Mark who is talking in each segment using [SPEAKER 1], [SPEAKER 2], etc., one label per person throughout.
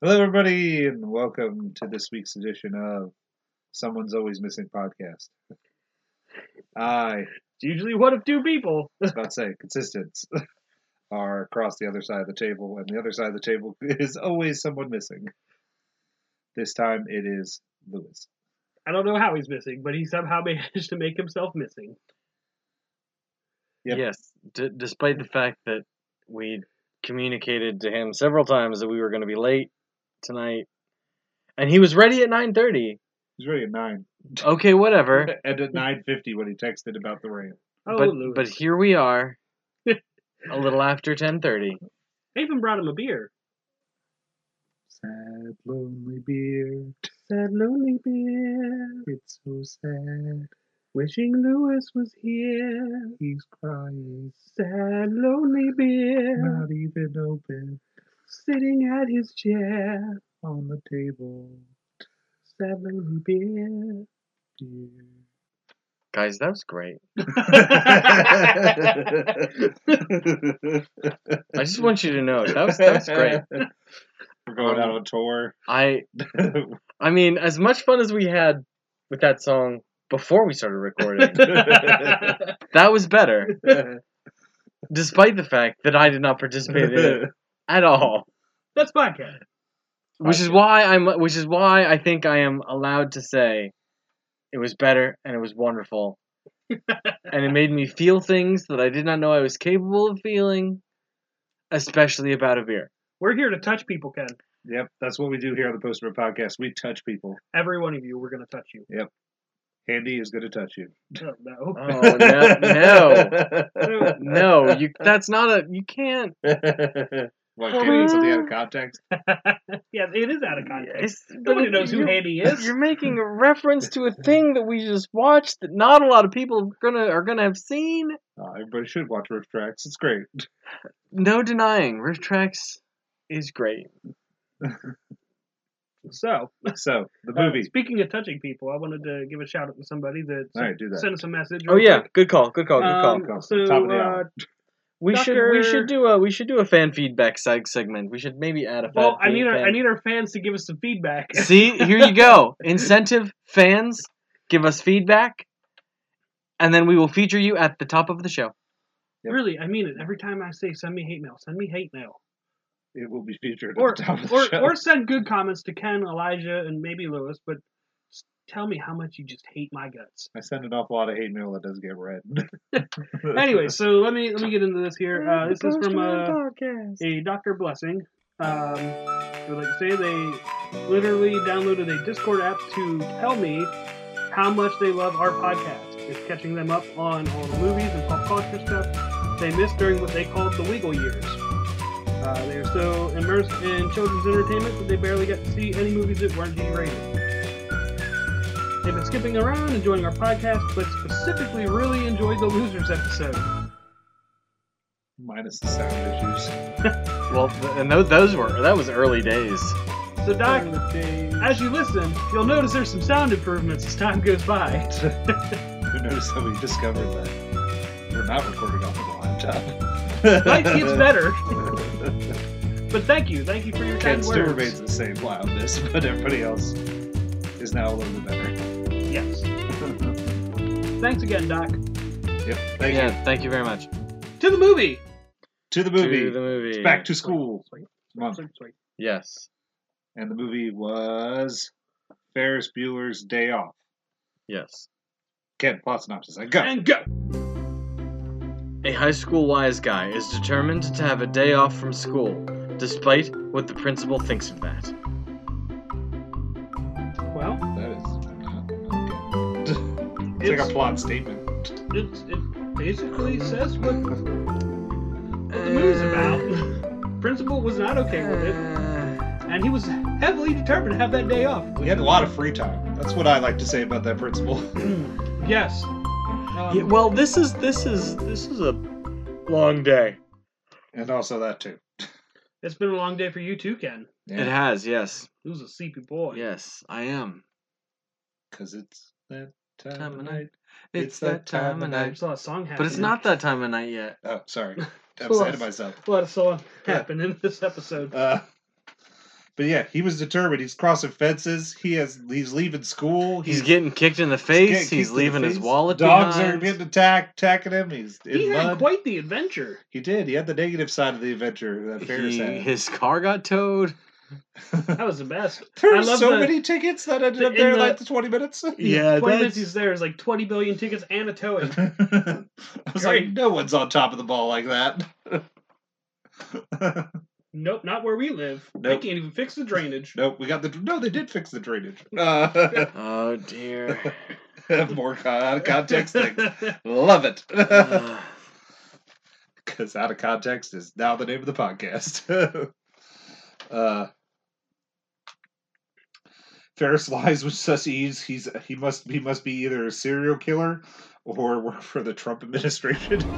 [SPEAKER 1] Hello, everybody, and welcome to this week's edition of Someone's Always Missing podcast. I
[SPEAKER 2] It's usually one of two people.
[SPEAKER 1] was about to say, consistence are across the other side of the table, and the other side of the table is always someone missing. This time it is Lewis.
[SPEAKER 2] I don't know how he's missing, but he somehow managed to make himself missing.
[SPEAKER 1] Yep.
[SPEAKER 3] Yes, d- despite the fact that we communicated to him several times that we were going to be late tonight, and he was ready at nine thirty.
[SPEAKER 1] He's really at nine,
[SPEAKER 3] Okay, whatever.
[SPEAKER 1] and at nine fifty when he texted about the rain.
[SPEAKER 2] Oh,
[SPEAKER 3] but
[SPEAKER 2] Lewis.
[SPEAKER 3] but here we are, a little after ten thirty.
[SPEAKER 2] I even brought him a beer.
[SPEAKER 1] Sad, lonely beer.
[SPEAKER 2] Sad lonely beer,
[SPEAKER 1] It's so sad.
[SPEAKER 2] wishing Lewis was here.
[SPEAKER 1] He's crying.
[SPEAKER 2] Sad lonely beer,
[SPEAKER 1] even open
[SPEAKER 2] sitting at his chair.
[SPEAKER 1] on the table.
[SPEAKER 2] Sad lonely beer.
[SPEAKER 3] Guys, that was great. I just want you to know that was that was great.
[SPEAKER 1] We're going out on tour.
[SPEAKER 3] I I mean, as much fun as we had with that song before we started recording, that was better. Despite the fact that I did not participate in it at all.
[SPEAKER 2] That's podcast.
[SPEAKER 3] which is why I'm which is why I think I am allowed to say it was better and it was wonderful. and it made me feel things that I did not know I was capable of feeling, especially about a beer.
[SPEAKER 2] We're here to touch people, Ken.
[SPEAKER 1] yep, that's what we do here on the Poster Podcast. We touch people.
[SPEAKER 2] Every one of you, we're going to touch you.
[SPEAKER 1] Handy is going to touch you.
[SPEAKER 2] Oh, no.
[SPEAKER 3] Oh no, no. No, you that's not a you can't
[SPEAKER 1] What, can't eat something out of context?
[SPEAKER 2] yeah, it is out of context.
[SPEAKER 3] it's-
[SPEAKER 2] Nobody knows who
[SPEAKER 3] you're-
[SPEAKER 2] Handy is.
[SPEAKER 3] You're making a reference to a thing that we just watched that not a lot of people are gonna are gonna have seen.
[SPEAKER 1] Uh, everybody should watch Riff Tracks. It's great.
[SPEAKER 3] No denying, Rift Tracks is great.
[SPEAKER 2] So,
[SPEAKER 1] So, the
[SPEAKER 2] Uh,
[SPEAKER 1] movie.
[SPEAKER 2] speaking of touching people, I wanted to give a shout out to somebody that
[SPEAKER 1] All right, do that.
[SPEAKER 2] sent us a message.
[SPEAKER 3] Oh yeah, good call, good call, good call.
[SPEAKER 2] Um,
[SPEAKER 1] call.
[SPEAKER 2] so
[SPEAKER 1] Top of the
[SPEAKER 2] uh,
[SPEAKER 1] hour.
[SPEAKER 3] We should we
[SPEAKER 2] Doctor-
[SPEAKER 3] should do a we should do a fan feedback seg- segment. We should maybe add a fan.
[SPEAKER 2] well, I need our,
[SPEAKER 3] fan-
[SPEAKER 2] I need our fans to give us some feedback.
[SPEAKER 3] See, here you go. Incentive fans, give us feedback, and then we will feature you at the top of the show.
[SPEAKER 1] Yep.
[SPEAKER 2] Really, I mean it. Every time I say send me hate mail, send me hate mail,
[SPEAKER 1] It will be featured
[SPEAKER 2] or
[SPEAKER 1] at the top of the
[SPEAKER 2] or
[SPEAKER 1] show.
[SPEAKER 2] or send good comments to Ken, Elijah, and maybe Lewis. But just tell me how much you just hate my guts.
[SPEAKER 1] I send an awful lot of hate mail that doesn't get read.
[SPEAKER 2] Anyway, so let me let me get into this here. Uh, this is from uh, a Doctor Blessing. Um, they would like to say they literally downloaded a Discord app to tell me how much they love our podcast. It's catching them up on all the movies and pop culture stuff they missed during what they called the legal years. Uh, they are so immersed in children's entertainment that they barely got to see any movies that weren't G-rated. They've been skipping around, enjoying our podcast, but specifically really enjoyed the Losers episode.
[SPEAKER 1] minus the sound issues.
[SPEAKER 3] Well, th- and those, those were that was early days.
[SPEAKER 2] So, Doc,
[SPEAKER 1] Who
[SPEAKER 2] As you listen, you'll notice there's some sound improvements as time goes by.
[SPEAKER 1] knows how we discovered that we're not recording off of a laptop.
[SPEAKER 2] Life gets better. But thank you, thank you for your
[SPEAKER 1] Ken
[SPEAKER 2] kind
[SPEAKER 1] still
[SPEAKER 2] words.
[SPEAKER 1] remains the same loudness, but everybody else is now a little bit better.
[SPEAKER 2] Yes. Thanks again, Doc.
[SPEAKER 1] Yep. Thank you.
[SPEAKER 3] yeah, thank you very much.
[SPEAKER 2] To the movie.
[SPEAKER 1] To the movie.
[SPEAKER 3] To the movie.
[SPEAKER 1] Back to school
[SPEAKER 2] Sweet,
[SPEAKER 1] month,
[SPEAKER 2] sweet, sweet.
[SPEAKER 3] yes,
[SPEAKER 1] and the movie was Ferris Bueller's Day Off.
[SPEAKER 3] yes.
[SPEAKER 1] Ken, plot synopsis. I got.
[SPEAKER 2] And go.
[SPEAKER 3] A high school wise guy is determined to have a day off from school, despite what the principal thinks of that.
[SPEAKER 2] Well,
[SPEAKER 1] That is. It's,
[SPEAKER 2] it's,
[SPEAKER 1] like a plot statement.
[SPEAKER 2] it's, it basically says what the movie's about. Principal was not okay with it, and he was heavily determined to have that day off.
[SPEAKER 1] He had a lot of free time. That's what I like to say about that principal.
[SPEAKER 2] yes. Um,
[SPEAKER 3] Yeah, well, this is this is this is a long day.
[SPEAKER 1] and also that too.
[SPEAKER 2] it's been a long day for you too, Ken.
[SPEAKER 3] It
[SPEAKER 1] Yeah,
[SPEAKER 3] has, yes,
[SPEAKER 2] He was a sleepy boy.
[SPEAKER 3] yes, I am.
[SPEAKER 1] because it's that time,
[SPEAKER 3] Time
[SPEAKER 1] of
[SPEAKER 3] of
[SPEAKER 1] night.
[SPEAKER 3] night. It's that time of
[SPEAKER 2] I
[SPEAKER 3] night,
[SPEAKER 2] saw a song happen.
[SPEAKER 3] but it's not that time of night yet.
[SPEAKER 1] Oh, sorry. I'm
[SPEAKER 2] Plus.
[SPEAKER 1] sad to myself.
[SPEAKER 2] A lot of song happen in this episode.
[SPEAKER 1] Uh, But yeah, he was determined. He's crossing fences. He has. He's leaving school.
[SPEAKER 3] He's getting kicked in the face.
[SPEAKER 1] getting kicked
[SPEAKER 3] He's
[SPEAKER 1] in the
[SPEAKER 3] leaving his
[SPEAKER 1] face.
[SPEAKER 3] wallet
[SPEAKER 1] Dogs
[SPEAKER 3] behind.
[SPEAKER 1] are getting attacked, attacking him. He's in
[SPEAKER 2] He had
[SPEAKER 1] mud.
[SPEAKER 2] quite the adventure.
[SPEAKER 1] he did. He had the negative side of the adventure that Ferris
[SPEAKER 3] He-
[SPEAKER 1] had.
[SPEAKER 3] his car got towed.
[SPEAKER 2] That was the best.
[SPEAKER 1] there
[SPEAKER 2] I
[SPEAKER 1] were
[SPEAKER 2] love
[SPEAKER 1] so
[SPEAKER 2] the-
[SPEAKER 1] many tickets that ended
[SPEAKER 2] the-
[SPEAKER 1] up there
[SPEAKER 2] in
[SPEAKER 1] in
[SPEAKER 2] the-
[SPEAKER 1] like the twenty minutes.
[SPEAKER 3] Yeah,
[SPEAKER 2] 20
[SPEAKER 3] that's-
[SPEAKER 2] minutes he's there is like 20 billion tickets and a towing.
[SPEAKER 1] I was
[SPEAKER 2] Great.
[SPEAKER 1] like, no one's on top of the ball like that.
[SPEAKER 2] nope, not where we live. They
[SPEAKER 1] Nope.
[SPEAKER 2] can't even fix the drainage.
[SPEAKER 1] nope, we got the. No, they did fix the drainage. Uh,
[SPEAKER 3] Oh dear.
[SPEAKER 1] more con- out of context thing. Love it.
[SPEAKER 3] Uh,
[SPEAKER 1] Because out of context is now the name of the podcast. uh, Ferris lies with such ease. He's he must he must be either a serial killer or work for the Trump administration.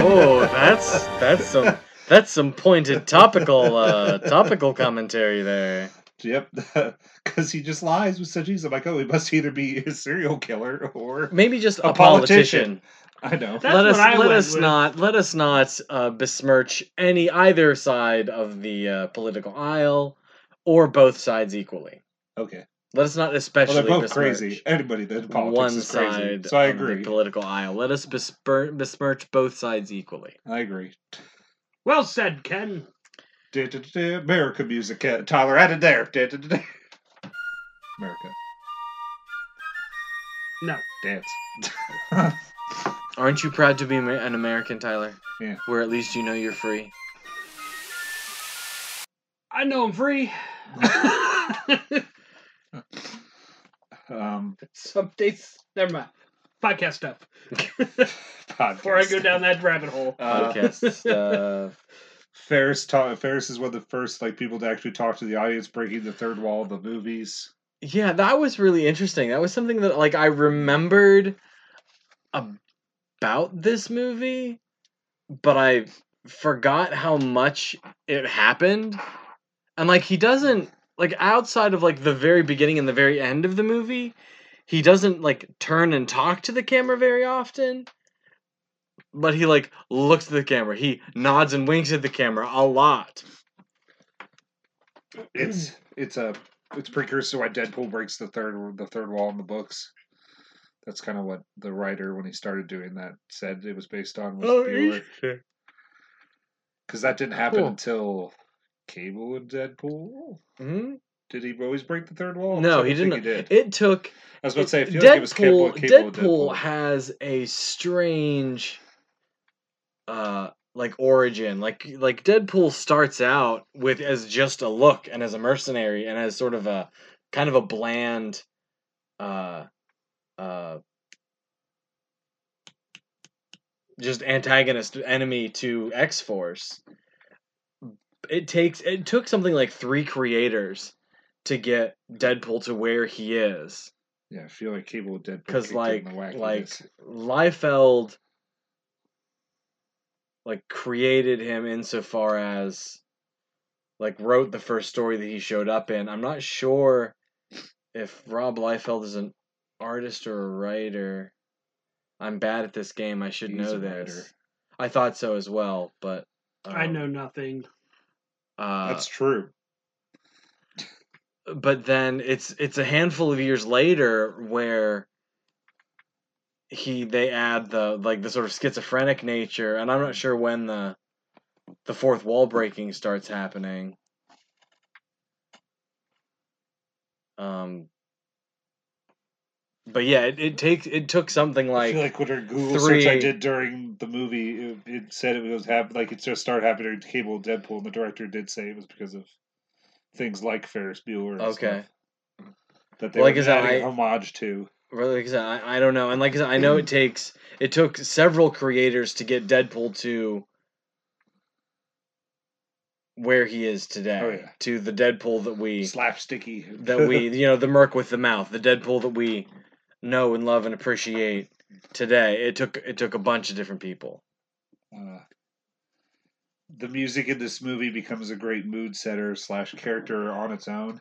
[SPEAKER 3] oh, that's that's some that's some pointed topical uh, topical commentary there.
[SPEAKER 1] Yep, because he just lies with such ease. I'm like, oh, he must either be a serial killer or
[SPEAKER 3] Maybe just a,
[SPEAKER 1] A
[SPEAKER 3] politician.
[SPEAKER 1] politician. I know.
[SPEAKER 2] That's
[SPEAKER 3] let
[SPEAKER 2] what
[SPEAKER 3] us
[SPEAKER 2] I
[SPEAKER 3] let
[SPEAKER 2] went
[SPEAKER 3] us
[SPEAKER 2] with.
[SPEAKER 3] not let us not uh, besmirch any either side of the uh, political aisle or both sides equally.
[SPEAKER 1] Okay,
[SPEAKER 3] Let us not
[SPEAKER 1] well,
[SPEAKER 3] especially
[SPEAKER 1] they're both
[SPEAKER 3] besmirch
[SPEAKER 1] crazy. Anybody that in politics
[SPEAKER 3] one
[SPEAKER 1] is crazy.
[SPEAKER 3] side
[SPEAKER 1] so I
[SPEAKER 3] of the
[SPEAKER 1] agree.
[SPEAKER 3] political aisle. Let us besmir- besmirch both sides equally.
[SPEAKER 1] I agree.
[SPEAKER 2] Well said, Ken.
[SPEAKER 1] Du-du-du-du, America music, Ken- Tyler. Added there. Du-du-du-du. America
[SPEAKER 2] No.
[SPEAKER 1] dance.
[SPEAKER 3] Aren't you proud to be Amer- an American, Tyler?
[SPEAKER 1] Yeah.
[SPEAKER 3] Where at least you know you're free.
[SPEAKER 2] I know I'm free.
[SPEAKER 1] um,
[SPEAKER 2] Some days. Never mind. Podcast stuff.
[SPEAKER 1] podcast.
[SPEAKER 2] Before I go down that rabbit hole.
[SPEAKER 1] Uh,
[SPEAKER 3] Podcasts. Uh,
[SPEAKER 1] Ferris, ta- Ferris is one of the first like people to actually talk to the audience, breaking the third wall of the movies.
[SPEAKER 3] Yeah, that was really interesting. That was something that like I remembered about this movie, but I forgot how much it happened. And like he doesn't like outside of like the very beginning and the very end of the movie, he doesn't like turn and talk to the camera very often. But he like looks at the camera. He nods and winks at the camera a lot. Mm.
[SPEAKER 1] it's it's a it's precursor to why Deadpool breaks the third the third wall in the books. That's kind of what the writer, when he started doing that, said it was based on was
[SPEAKER 3] Oh,
[SPEAKER 1] Bueller because that didn't happen
[SPEAKER 3] Cool.
[SPEAKER 1] until Cable and Deadpool.
[SPEAKER 3] hmm
[SPEAKER 1] Did he always break the third wall?
[SPEAKER 3] No,
[SPEAKER 1] I
[SPEAKER 3] he
[SPEAKER 1] don't think
[SPEAKER 3] didn't.
[SPEAKER 1] He did.
[SPEAKER 3] It took
[SPEAKER 1] I was about to say, I feel
[SPEAKER 3] Deadpool,
[SPEAKER 1] like it was Cable, and Cable and
[SPEAKER 3] Deadpool
[SPEAKER 1] Deadpool.
[SPEAKER 3] has a strange uh like origin. Like like Deadpool starts out with as just a look and as a mercenary and as sort of a kind of a bland uh uh just antagonist enemy to X-Force. It takes it took something like 3 creators to get Deadpool to where he is
[SPEAKER 1] yeah, I feel like Cable and Deadpool.
[SPEAKER 3] because
[SPEAKER 1] kicked in
[SPEAKER 3] like
[SPEAKER 1] the wackiness.
[SPEAKER 3] like Liefeld like created him insofar as like wrote the first story that he showed up in. I'm not sure if Rob Liefeld is an artist or a writer. I'm bad at this game. I should
[SPEAKER 1] He's
[SPEAKER 3] know
[SPEAKER 1] a
[SPEAKER 3] this.
[SPEAKER 1] writer.
[SPEAKER 3] I thought so as well, but
[SPEAKER 2] I
[SPEAKER 3] um,
[SPEAKER 2] know nothing.
[SPEAKER 3] Uh,
[SPEAKER 1] that's true.
[SPEAKER 3] but then it's it's a handful of years later where he they add the like the sort of schizophrenic nature and i'm not sure when the the fourth wall breaking starts happening um but yeah it, it takes it took something
[SPEAKER 1] I
[SPEAKER 3] like,
[SPEAKER 1] feel like what our Google search I
[SPEAKER 3] three-
[SPEAKER 1] did during the movie, it, it said it was hap- like it just started happening to Cable and Deadpool, and the director did say it was because of things like Ferris Bueller. And
[SPEAKER 3] Okay.
[SPEAKER 1] stuff that they
[SPEAKER 3] Like,
[SPEAKER 1] were
[SPEAKER 3] is that
[SPEAKER 1] adding
[SPEAKER 3] I-
[SPEAKER 1] homage to.
[SPEAKER 3] really like I, said, I, I don't know and like I, said, I know it takes it took several creators to get deadpool to where he is today
[SPEAKER 1] Oh, yeah.
[SPEAKER 3] to the deadpool that we
[SPEAKER 1] Slapsticky.
[SPEAKER 3] that we you know the merc with the mouth the deadpool that we know and love and appreciate today it took it took a bunch of different people
[SPEAKER 1] uh, the music in this movie becomes a great mood setter slash character on its own.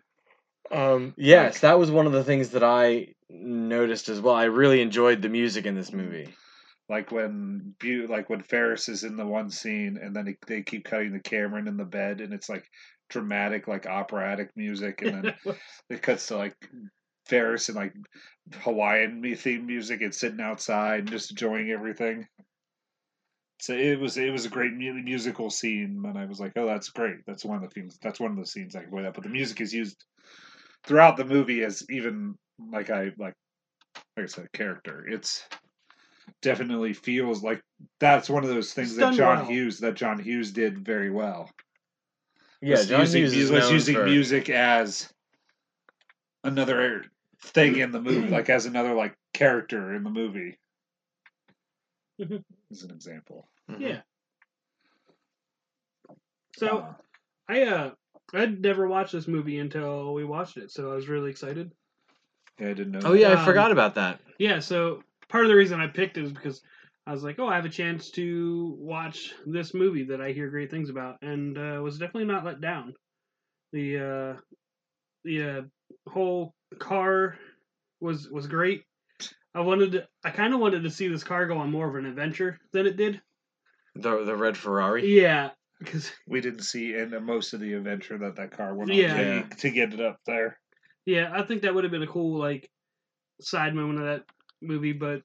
[SPEAKER 3] um yes that was one of the things that i noticed as well i really enjoyed the music in this movie
[SPEAKER 1] Like when Bu- like when Ferris is in the one scene, and then it, they keep cutting the camera in the bed, and it's like dramatic, like operatic music, and then it cuts to like Ferris and like Hawaiian theme music and sitting outside and just enjoying everything. So it was it was a great mu- musical scene, and I was like, "Oh, that's great! That's one of the themes. That's one of the scenes I can play that." But the music is used throughout the movie as even like I like like I said, character. It's definitely feels like that's one of those things
[SPEAKER 2] It's
[SPEAKER 1] that
[SPEAKER 2] done
[SPEAKER 1] John
[SPEAKER 2] well.
[SPEAKER 1] Hughes that John Hughes did very well.
[SPEAKER 3] Yeah,
[SPEAKER 1] was
[SPEAKER 3] John
[SPEAKER 1] using,
[SPEAKER 3] Hughes is
[SPEAKER 1] was
[SPEAKER 3] known
[SPEAKER 1] using
[SPEAKER 3] for-
[SPEAKER 1] music as another thing in the movie, like as another like character in the movie.
[SPEAKER 2] Mhm.
[SPEAKER 1] as an example.
[SPEAKER 3] Mhm.
[SPEAKER 2] Yeah. So
[SPEAKER 1] Uh,
[SPEAKER 2] I uh I'd never watched this movie until we watched it, so I was really excited.
[SPEAKER 1] yeah, I didn't know.
[SPEAKER 3] Oh yeah, I
[SPEAKER 2] Um,
[SPEAKER 3] forgot about that.
[SPEAKER 2] Yeah, so part of the reason I picked it is because I was like, oh, I have a chance to watch this movie that I hear great things about, and uh, was definitely not let down. The uh, the uh, whole car was was great. I wanted to, I kind of wanted to see this car go on more of an adventure than it did.
[SPEAKER 3] The the red Ferrari.
[SPEAKER 2] Yeah, because
[SPEAKER 1] We didn't see in most of the adventure that that car went on
[SPEAKER 2] Yeah.
[SPEAKER 1] to, to get it up there.
[SPEAKER 2] Yeah, I think that would have been a cool like side moment of that movie, but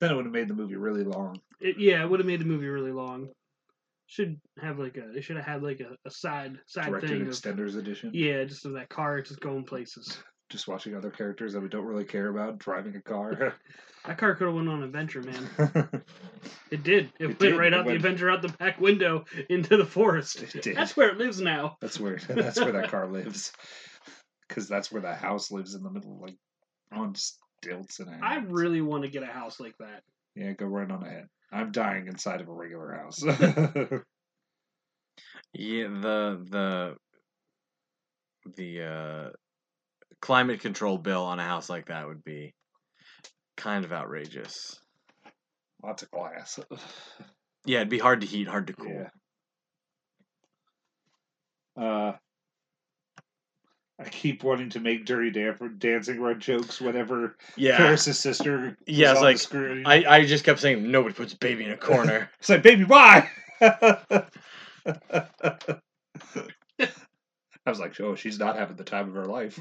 [SPEAKER 1] Then it would have made the movie really long.
[SPEAKER 2] it, yeah, it would have made the movie really long. Should have like a they should have had like a, a side side
[SPEAKER 1] Directed
[SPEAKER 2] thing. Of,
[SPEAKER 1] extenders edition.
[SPEAKER 2] yeah, just of that car just going places.
[SPEAKER 1] Just watching other characters that we don't really care about driving a car.
[SPEAKER 2] That car could have went on an adventure, man.
[SPEAKER 1] it
[SPEAKER 2] It did.
[SPEAKER 1] It
[SPEAKER 2] It, went
[SPEAKER 1] did,
[SPEAKER 2] right
[SPEAKER 1] it
[SPEAKER 2] out the
[SPEAKER 1] went-
[SPEAKER 2] adventure out the back window into the forest.
[SPEAKER 1] did.
[SPEAKER 2] That's where it lives now.
[SPEAKER 1] That's where that's where that car lives, because that's where that house lives in the middle, like on stilts and.
[SPEAKER 2] I
[SPEAKER 1] everything.
[SPEAKER 2] really want to get a house like that.
[SPEAKER 1] yeah, go right on ahead. I'm dying inside of a regular house.
[SPEAKER 3] Yeah, the the the uh, climate control bill on a house like that would be kind of outrageous.
[SPEAKER 1] Lots of glass.
[SPEAKER 3] Yeah, it'd be hard to heat, hard to cool.
[SPEAKER 1] Yeah. Uh, I keep wanting to make dirty Dan- dancing red jokes whenever
[SPEAKER 3] Yeah,
[SPEAKER 1] Paris's sister. is
[SPEAKER 3] Yeah, it's
[SPEAKER 1] on the
[SPEAKER 3] like,
[SPEAKER 1] screen.
[SPEAKER 3] I I just kept saying nobody puts baby in a corner.
[SPEAKER 1] It's like, baby, why? I was like, oh, she's not having the time of her life.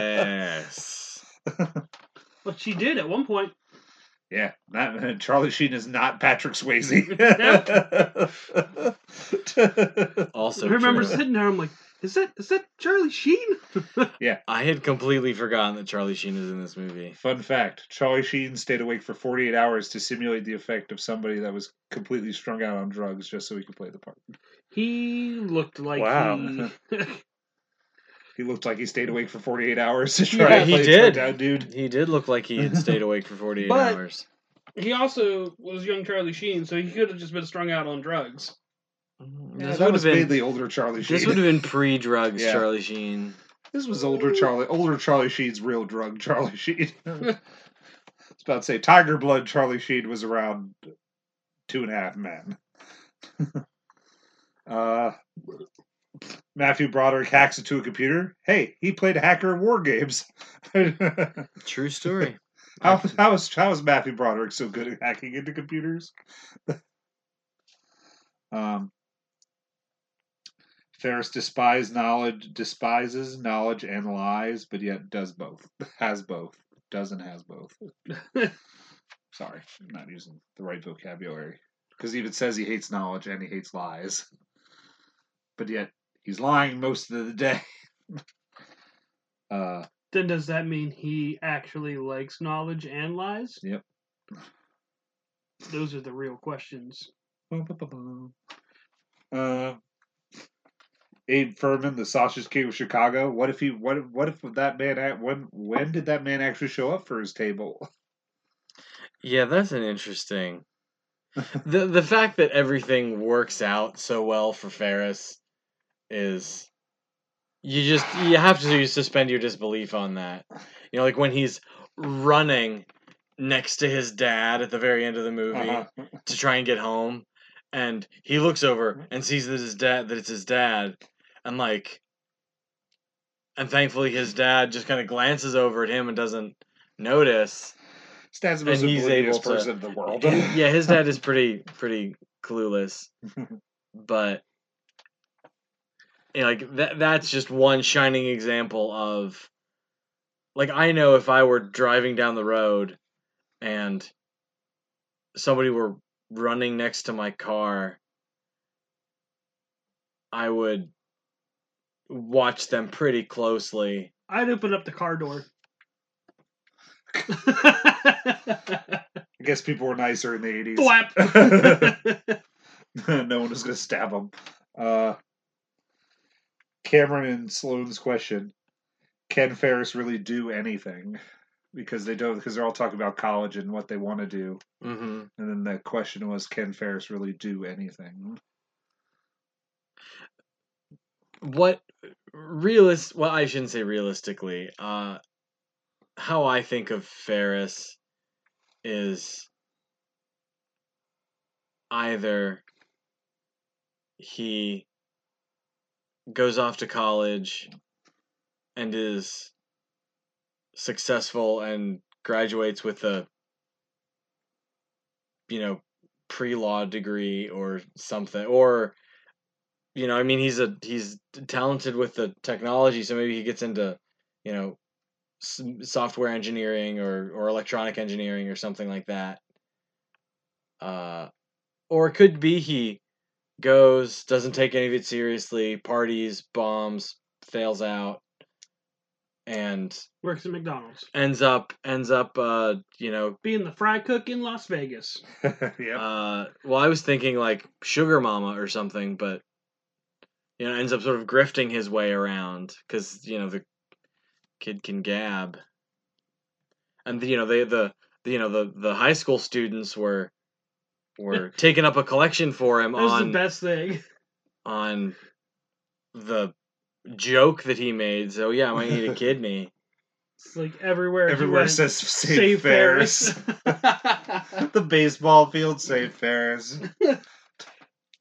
[SPEAKER 3] yes.
[SPEAKER 2] But she did at one point.
[SPEAKER 1] Yeah, not, Charlie Sheen is not Patrick Swayze.
[SPEAKER 3] Also,
[SPEAKER 2] I remember
[SPEAKER 3] true.
[SPEAKER 2] sitting there. I'm like, is that is that Charlie Sheen?
[SPEAKER 3] I had completely forgotten that Charlie Sheen is in this movie.
[SPEAKER 1] Fun fact Charlie Sheen stayed awake for 48 hours to simulate the effect of somebody that was completely strung out on drugs just so he could play the part.
[SPEAKER 2] He looked like
[SPEAKER 1] Wow.
[SPEAKER 2] he-
[SPEAKER 1] He looked like he stayed awake for 48 hours to try
[SPEAKER 3] Yeah,
[SPEAKER 1] to
[SPEAKER 3] he
[SPEAKER 1] play the
[SPEAKER 3] did.
[SPEAKER 1] down dude.
[SPEAKER 3] He did look like he had stayed awake for 48
[SPEAKER 2] But-
[SPEAKER 3] hours.
[SPEAKER 2] He also was young Charlie Sheen, so he could have just been strung out on drugs. Mm-hmm.
[SPEAKER 1] Yeah,
[SPEAKER 3] this
[SPEAKER 1] that
[SPEAKER 3] would
[SPEAKER 1] was
[SPEAKER 3] have been
[SPEAKER 1] mainly older Charlie Sheen.
[SPEAKER 3] this would have been pre-drugs
[SPEAKER 1] Yeah.
[SPEAKER 3] Charlie Sheen.
[SPEAKER 1] This was older Charlie, older Charlie Sheen's real drug, Charlie Sheen. I was about to say Tiger Blood. Charlie Sheen was around two and a half men. uh, Matthew Broderick hacks into a computer. Hey, he played hacker in War Games. how,
[SPEAKER 3] True story.
[SPEAKER 1] how is how is Matthew Broderick so good at hacking into computers? um, Ferris despise knowledge, despises knowledge and lies, but yet does both. Has both. Does and has both. Sorry, I'm not using the right vocabulary. Because he even says he hates knowledge and he hates lies. But yet, he's lying most of the day. uh,
[SPEAKER 2] Then does that mean he actually likes knowledge and lies?
[SPEAKER 1] Yep.
[SPEAKER 2] Those are the real questions.
[SPEAKER 1] Uh, Abe Furman, the Sausage King of Chicago. What if he? What? if- What if that man? act- When? When did that man actually show up for his table?
[SPEAKER 3] Yeah, that's an interesting. the The fact that everything works out so well for Ferris is you just you have to suspend your disbelief on that. You know, like when he's running next to his dad at the very end of the movie
[SPEAKER 1] Uh-huh.
[SPEAKER 3] to try and get home, and he looks over and sees that his dad that it's his dad, and like, and thankfully his dad just kind of glances over at him and doesn't notice.
[SPEAKER 1] Stan's the most
[SPEAKER 3] And he's
[SPEAKER 1] oblivious
[SPEAKER 3] able to-
[SPEAKER 1] person in the world.
[SPEAKER 3] yeah, his dad is pretty pretty clueless, but you know, like that that's just one shining example of like I know if I were driving down the road and somebody were running next to my car, I would watch them pretty closely.
[SPEAKER 2] I'd open up the car door.
[SPEAKER 1] I guess people were nicer in the eighties.
[SPEAKER 2] Blap.
[SPEAKER 1] no one was going to stab them. Uh, Cameron and Sloan's question: Can Ferris really do anything? Because they don't. Because they're all talking about college and what they want to do.
[SPEAKER 3] Mm-hmm.
[SPEAKER 1] And then the question was, can Ferris really do anything?
[SPEAKER 3] What realist? Well, I shouldn't say realistically. Uh, how I think of Ferris is either he goes off to college and is successful and graduates with a you know pre-law degree or something or you know i mean he's a he's talented with the technology so maybe he gets into you know s- software engineering or or electronic engineering or something like that uh or it could be he goes, doesn't take any of it seriously, parties, bombs, fails out, and
[SPEAKER 2] Works at McDonald's.
[SPEAKER 3] ends up ends up uh you know
[SPEAKER 2] Being the fry cook in Las Vegas.
[SPEAKER 1] yeah.
[SPEAKER 3] uh well I was thinking like sugar mama or something, but you know ends up sort of grifting his way around because you know the kid can gab, and you know they the you know the the high school students were were taking up a collection for him
[SPEAKER 2] That was
[SPEAKER 3] on
[SPEAKER 2] the best thing.
[SPEAKER 3] on the joke that he made. So yeah, I might need a kidney.
[SPEAKER 2] It's like everywhere. he
[SPEAKER 1] Everywhere
[SPEAKER 2] went,
[SPEAKER 1] says save,
[SPEAKER 2] "Save
[SPEAKER 1] Ferris.
[SPEAKER 2] Ferris.
[SPEAKER 1] the baseball field, save Ferris.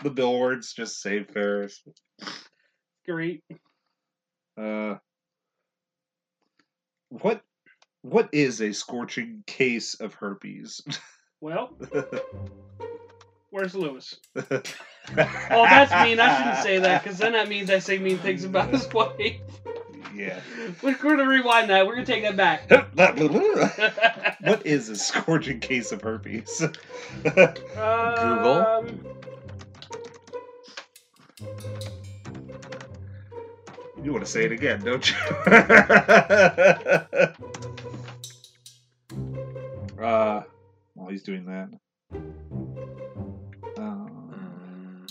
[SPEAKER 1] the billboards, just save Ferris.
[SPEAKER 2] Great.
[SPEAKER 1] Uh, what what is a scorching case of herpes?
[SPEAKER 2] Well, where's Lewis?
[SPEAKER 1] oh,
[SPEAKER 2] Oh, that's mean. I shouldn't say that because then that means I say mean things about his wife.
[SPEAKER 1] Yeah.
[SPEAKER 2] We're going to rewind that. We're going to take that back.
[SPEAKER 1] what is a scorching case of herpes?
[SPEAKER 2] Um,
[SPEAKER 1] you want to say it again, don't you? uh, while he's doing that. Um,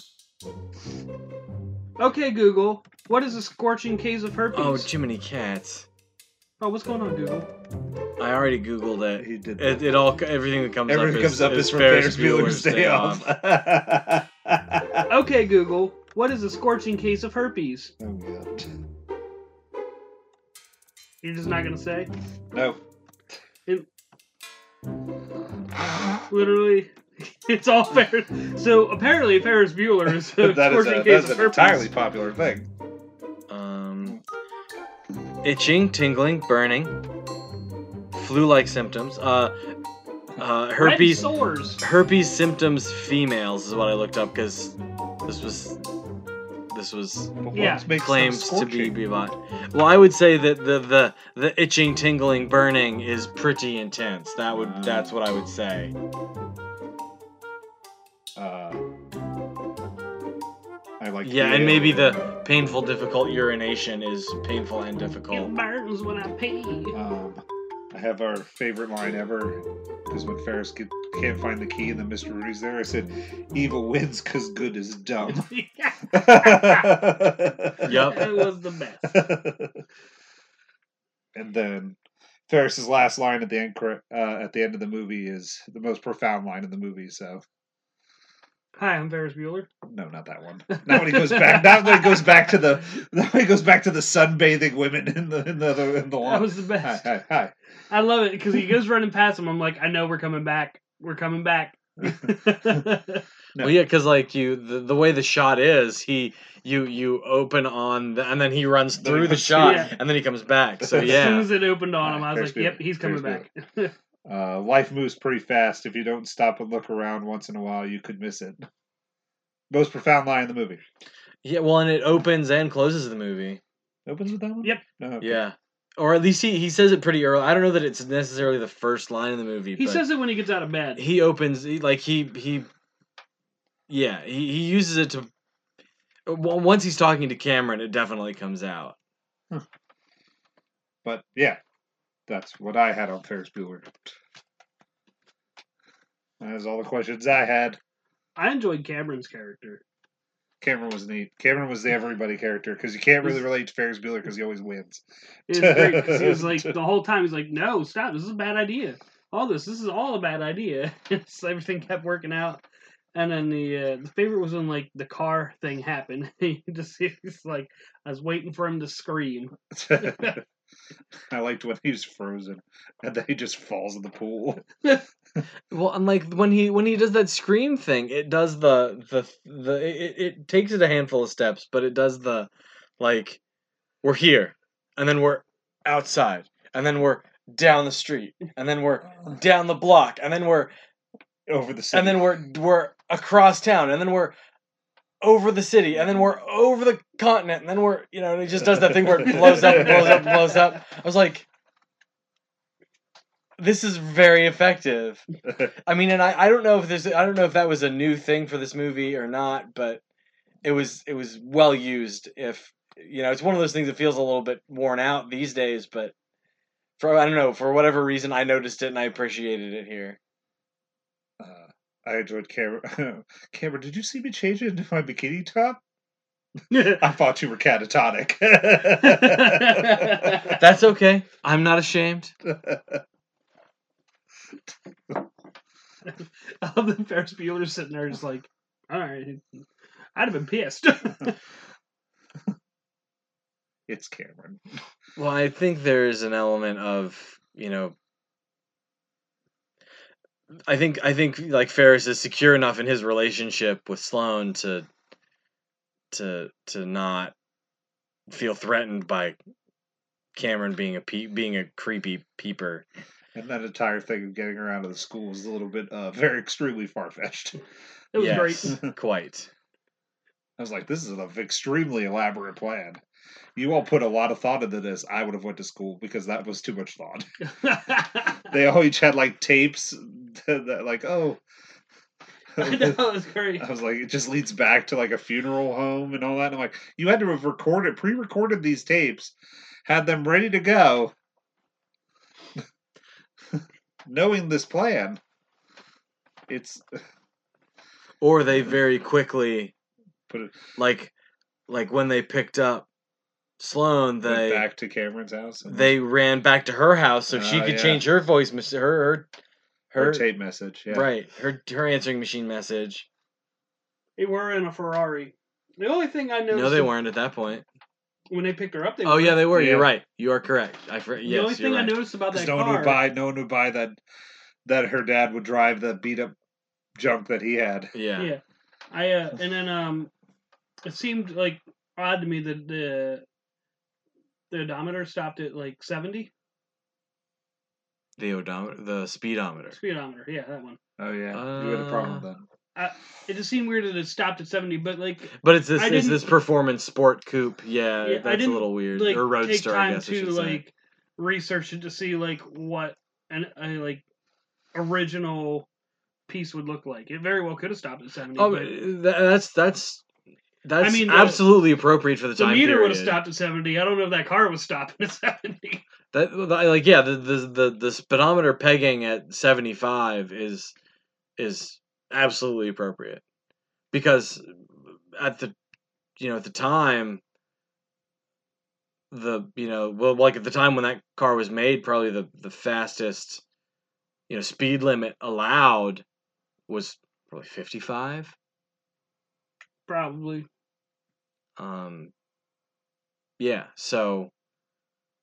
[SPEAKER 2] Okay, Google. What is a scorching case of herpes?
[SPEAKER 3] Oh, Jiminy Cats!
[SPEAKER 2] Oh, what's going on, Google?
[SPEAKER 3] I already googled it.
[SPEAKER 1] he did that.
[SPEAKER 3] It, it all everything that comes
[SPEAKER 1] Everything
[SPEAKER 3] up
[SPEAKER 1] comes
[SPEAKER 3] is,
[SPEAKER 1] up
[SPEAKER 3] is,
[SPEAKER 1] is from
[SPEAKER 3] Ferris
[SPEAKER 1] Ferris Bueller's Day Off. oh,
[SPEAKER 2] Okay, Google. What is a scorching case of herpes?
[SPEAKER 1] God.
[SPEAKER 2] You're just not going to say?
[SPEAKER 1] No.
[SPEAKER 2] It- Literally, it's all Ferris. So apparently, Ferris Bueller is a
[SPEAKER 1] that is,
[SPEAKER 2] scorching
[SPEAKER 1] a, that is
[SPEAKER 2] case of
[SPEAKER 1] an
[SPEAKER 2] herpes.
[SPEAKER 1] entirely popular thing.
[SPEAKER 3] Um, itching, tingling, burning, flu-like symptoms. Uh, uh,
[SPEAKER 2] Red
[SPEAKER 3] herpes.
[SPEAKER 2] sores.
[SPEAKER 3] Herpes symptoms females is what I looked up because this was this was
[SPEAKER 1] But what
[SPEAKER 2] Yeah.
[SPEAKER 1] makes them
[SPEAKER 3] claims to be
[SPEAKER 1] scorching?
[SPEAKER 3] Bebot. Well, I would say that the the the itching, tingling, burning is pretty intense. That would
[SPEAKER 1] Wow.
[SPEAKER 3] that's what I would say.
[SPEAKER 1] Uh, I like.
[SPEAKER 3] yeah,
[SPEAKER 1] the-
[SPEAKER 3] and maybe the painful, difficult urination is painful and
[SPEAKER 2] It
[SPEAKER 1] Oh.
[SPEAKER 3] difficult.
[SPEAKER 2] burns when I pee.
[SPEAKER 1] Um, I have our favorite line ever because when Ferris get, can't find the key and then Mr. Rudy's there, I said, "Evil wins because good is dumb."
[SPEAKER 3] Oh.
[SPEAKER 2] It was the best.
[SPEAKER 1] and then Ferris's last line at the end cor- uh, at the end of the movie is the most profound line of the movie. So
[SPEAKER 2] Hi, I'm Ferris Bueller.
[SPEAKER 1] no, not that one. Not when he goes back. Not when he goes back to the. Not when he goes back to the sunbathing women in the in the other in the
[SPEAKER 2] That
[SPEAKER 1] lawn.
[SPEAKER 2] was the
[SPEAKER 1] Hi,
[SPEAKER 2] best.
[SPEAKER 1] hi, hi.
[SPEAKER 2] I love it because he goes running past him. I'm like, I know we're coming back. We're coming back.
[SPEAKER 1] No.
[SPEAKER 3] Well, yeah, because like you, the, the way the shot is, he you you open on the, and then he runs
[SPEAKER 1] Then he
[SPEAKER 3] through the
[SPEAKER 1] comes-
[SPEAKER 3] shot
[SPEAKER 2] Yeah.
[SPEAKER 3] and then he comes back. So
[SPEAKER 2] As soon
[SPEAKER 3] yeah,
[SPEAKER 2] as it opened on him, I was
[SPEAKER 1] Ferris
[SPEAKER 2] like, yep,
[SPEAKER 1] Bueller.
[SPEAKER 2] he's coming
[SPEAKER 1] Ferris
[SPEAKER 2] back.
[SPEAKER 1] Uh, life moves pretty fast. If you don't stop and look around once in a while, you could miss it. most profound line in the movie.
[SPEAKER 3] Yeah, well, and it opens and closes the movie.
[SPEAKER 1] Opens with that one.
[SPEAKER 2] Yep.
[SPEAKER 1] No, okay.
[SPEAKER 3] Yeah, or at least he he says it pretty early. I don't know that it's necessarily the first line in the movie.
[SPEAKER 2] He
[SPEAKER 3] but
[SPEAKER 2] says it when he gets out of bed.
[SPEAKER 3] he opens he, like he he. Yeah, he, he uses it to. o- Once he's talking to Cameron, it definitely comes out.
[SPEAKER 1] But yeah, that's what I had on Ferris Bueller. That is all the questions I had.
[SPEAKER 2] I enjoyed Cameron's character.
[SPEAKER 1] Cameron was neat. Cameron was the everybody character because you can't really
[SPEAKER 2] He's-
[SPEAKER 1] relate to Ferris Bueller because he always wins.
[SPEAKER 2] It was great 'cause he was like the whole time he's like, "No, stop! This is a bad idea. All this, this is all a bad idea." so everything kept working out, and then the uh, the favorite was when like the car thing happened. he just he's like, "I was waiting for him to scream."
[SPEAKER 1] I liked when he was frozen and then he just falls in the pool.
[SPEAKER 3] Well, and like when he when he does that scream thing, it does the the the it, it takes it a handful of steps, but it does the like we're here, and then we're outside, and then we're down the street, and then we're down the block, and then we're
[SPEAKER 1] Over the city.
[SPEAKER 3] and then we're we're across town, and then we're over the city, and then we're over the continent, and then we're you know, and it just does that thing where it blows up, and blows up, and blows up. I was like, this is very effective. I mean, and I, I don't know if this I don't know if that was a new thing for this movie or not, but it was it was well used. If you know, it's one of those things that feels a little bit worn out these days, but for I don't know for whatever reason I noticed it and I appreciated it here.
[SPEAKER 1] Uh, I enjoyed Cameron. Cameron, did you see me change into my bikini top? I thought you were catatonic.
[SPEAKER 3] That's okay. I'm not ashamed.
[SPEAKER 2] All the Ferris Bueller sitting there just like, "All right, I'd have been pissed."
[SPEAKER 1] it's Cameron.
[SPEAKER 3] Well, I think there is an element of you know. I think I think like Ferris is secure enough in his relationship with Sloane to to to not feel threatened by Cameron being a pe- being a creepy peeper.
[SPEAKER 1] And that entire thing of getting her out of the school was a little bit uh, very extremely far fetched.
[SPEAKER 2] it was
[SPEAKER 3] Yes,
[SPEAKER 2] great.
[SPEAKER 3] quite.
[SPEAKER 1] I was like, this is an extremely elaborate plan. You all put a lot of thought into this. I would have went to school because that was too much thought. They all each had like tapes that like, oh.
[SPEAKER 2] I know it was great.
[SPEAKER 1] I was like, it just leads back to like a funeral home and all that. And I'm like, you had to have recorded, pre-recorded these tapes, had them ready to go, knowing this plan. It's
[SPEAKER 3] Or they very quickly
[SPEAKER 1] put it
[SPEAKER 3] like like when they picked up Sloane,
[SPEAKER 1] went
[SPEAKER 3] they
[SPEAKER 1] back to Cameron's house. and
[SPEAKER 3] they ran back to her house so she
[SPEAKER 1] Oh,
[SPEAKER 3] could
[SPEAKER 1] yeah.
[SPEAKER 3] change her voice mes- her her,
[SPEAKER 1] her,
[SPEAKER 3] her
[SPEAKER 1] tape message, yeah.
[SPEAKER 3] right her her answering machine message
[SPEAKER 2] They were in a Ferrari. The only thing I noticed
[SPEAKER 3] no they weren't at that point
[SPEAKER 2] when they picked her up, they
[SPEAKER 3] oh
[SPEAKER 2] were.
[SPEAKER 3] yeah they were you're
[SPEAKER 1] Yeah.
[SPEAKER 3] right you are correct i for,
[SPEAKER 2] The
[SPEAKER 3] yes
[SPEAKER 2] only thing
[SPEAKER 3] you're
[SPEAKER 2] I
[SPEAKER 3] right.
[SPEAKER 2] noticed about that
[SPEAKER 1] Because no one
[SPEAKER 2] car,
[SPEAKER 1] would buy, no one would buy that that her dad would drive the beat up junk that he had.
[SPEAKER 3] yeah.
[SPEAKER 2] yeah, I uh, and then um, it seemed like odd to me that the the odometer stopped at like seventy
[SPEAKER 3] the odometer the speedometer
[SPEAKER 2] speedometer. Yeah, that one.
[SPEAKER 1] Oh yeah, you had a problem with
[SPEAKER 3] Uh,
[SPEAKER 1] that.
[SPEAKER 2] It just seemed weird that it stopped at seventy, but like,
[SPEAKER 3] but it's this
[SPEAKER 2] I
[SPEAKER 3] it's
[SPEAKER 2] didn't-
[SPEAKER 3] this performance sport coupe yeah,
[SPEAKER 2] Yeah, I
[SPEAKER 3] that's a
[SPEAKER 2] didn't,
[SPEAKER 3] little weird
[SPEAKER 2] like
[SPEAKER 3] or
[SPEAKER 2] take
[SPEAKER 3] roadster i
[SPEAKER 2] time
[SPEAKER 3] guess I
[SPEAKER 2] to
[SPEAKER 3] should say.
[SPEAKER 2] like research it to see like what an a, like original piece would look like. It very well could have stopped at seventy.
[SPEAKER 3] oh
[SPEAKER 2] but-
[SPEAKER 3] th- that's that's that's
[SPEAKER 2] mean, the-
[SPEAKER 3] absolutely appropriate for the
[SPEAKER 2] The
[SPEAKER 3] time
[SPEAKER 2] meter would have
[SPEAKER 3] period.
[SPEAKER 2] stopped at 70. I don't know if that car was stopping at 70.
[SPEAKER 3] That the- like yeah, the the the, the speedometer pegging at seventy five is is absolutely appropriate because uh, at the you know at the time the you know well like at the time when that car was made probably the the fastest you know speed limit allowed was probably 55
[SPEAKER 2] Probably.
[SPEAKER 3] um yeah so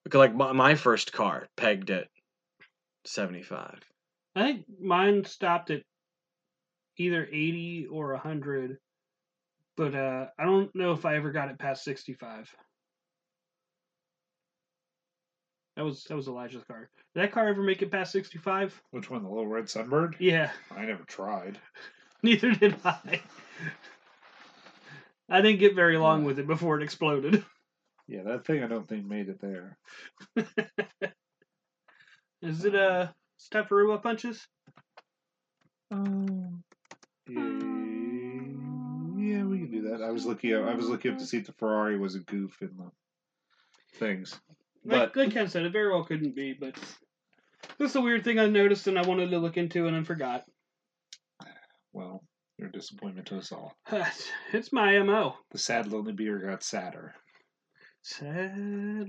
[SPEAKER 3] because like my, my first car pegged at 75
[SPEAKER 2] I think mine stopped at either 80 or 100. But uh, I don't know if I ever got it past 65. That was that was Elijah's car. Did that car ever make it past 65?
[SPEAKER 1] Which one, the little red sunbird?
[SPEAKER 2] Yeah,
[SPEAKER 1] I never tried.
[SPEAKER 2] neither did I. I didn't get very long with it before it exploded.
[SPEAKER 1] Yeah, that thing I don't think made it there.
[SPEAKER 2] Is it uh it's time for robot punches?
[SPEAKER 1] Um, yeah, yeah, we can do that. I was looking up. I was looking up to see if the Ferrari was a goof in the things.
[SPEAKER 2] Like,
[SPEAKER 1] But-
[SPEAKER 2] like Ken said, it very well couldn't be, but this is a weird thing I noticed and I wanted to look into and then forgot.
[SPEAKER 1] Well, you're a disappointment to us all.
[SPEAKER 2] It's my MO.
[SPEAKER 1] The sad lonely beer got sadder.
[SPEAKER 2] Sad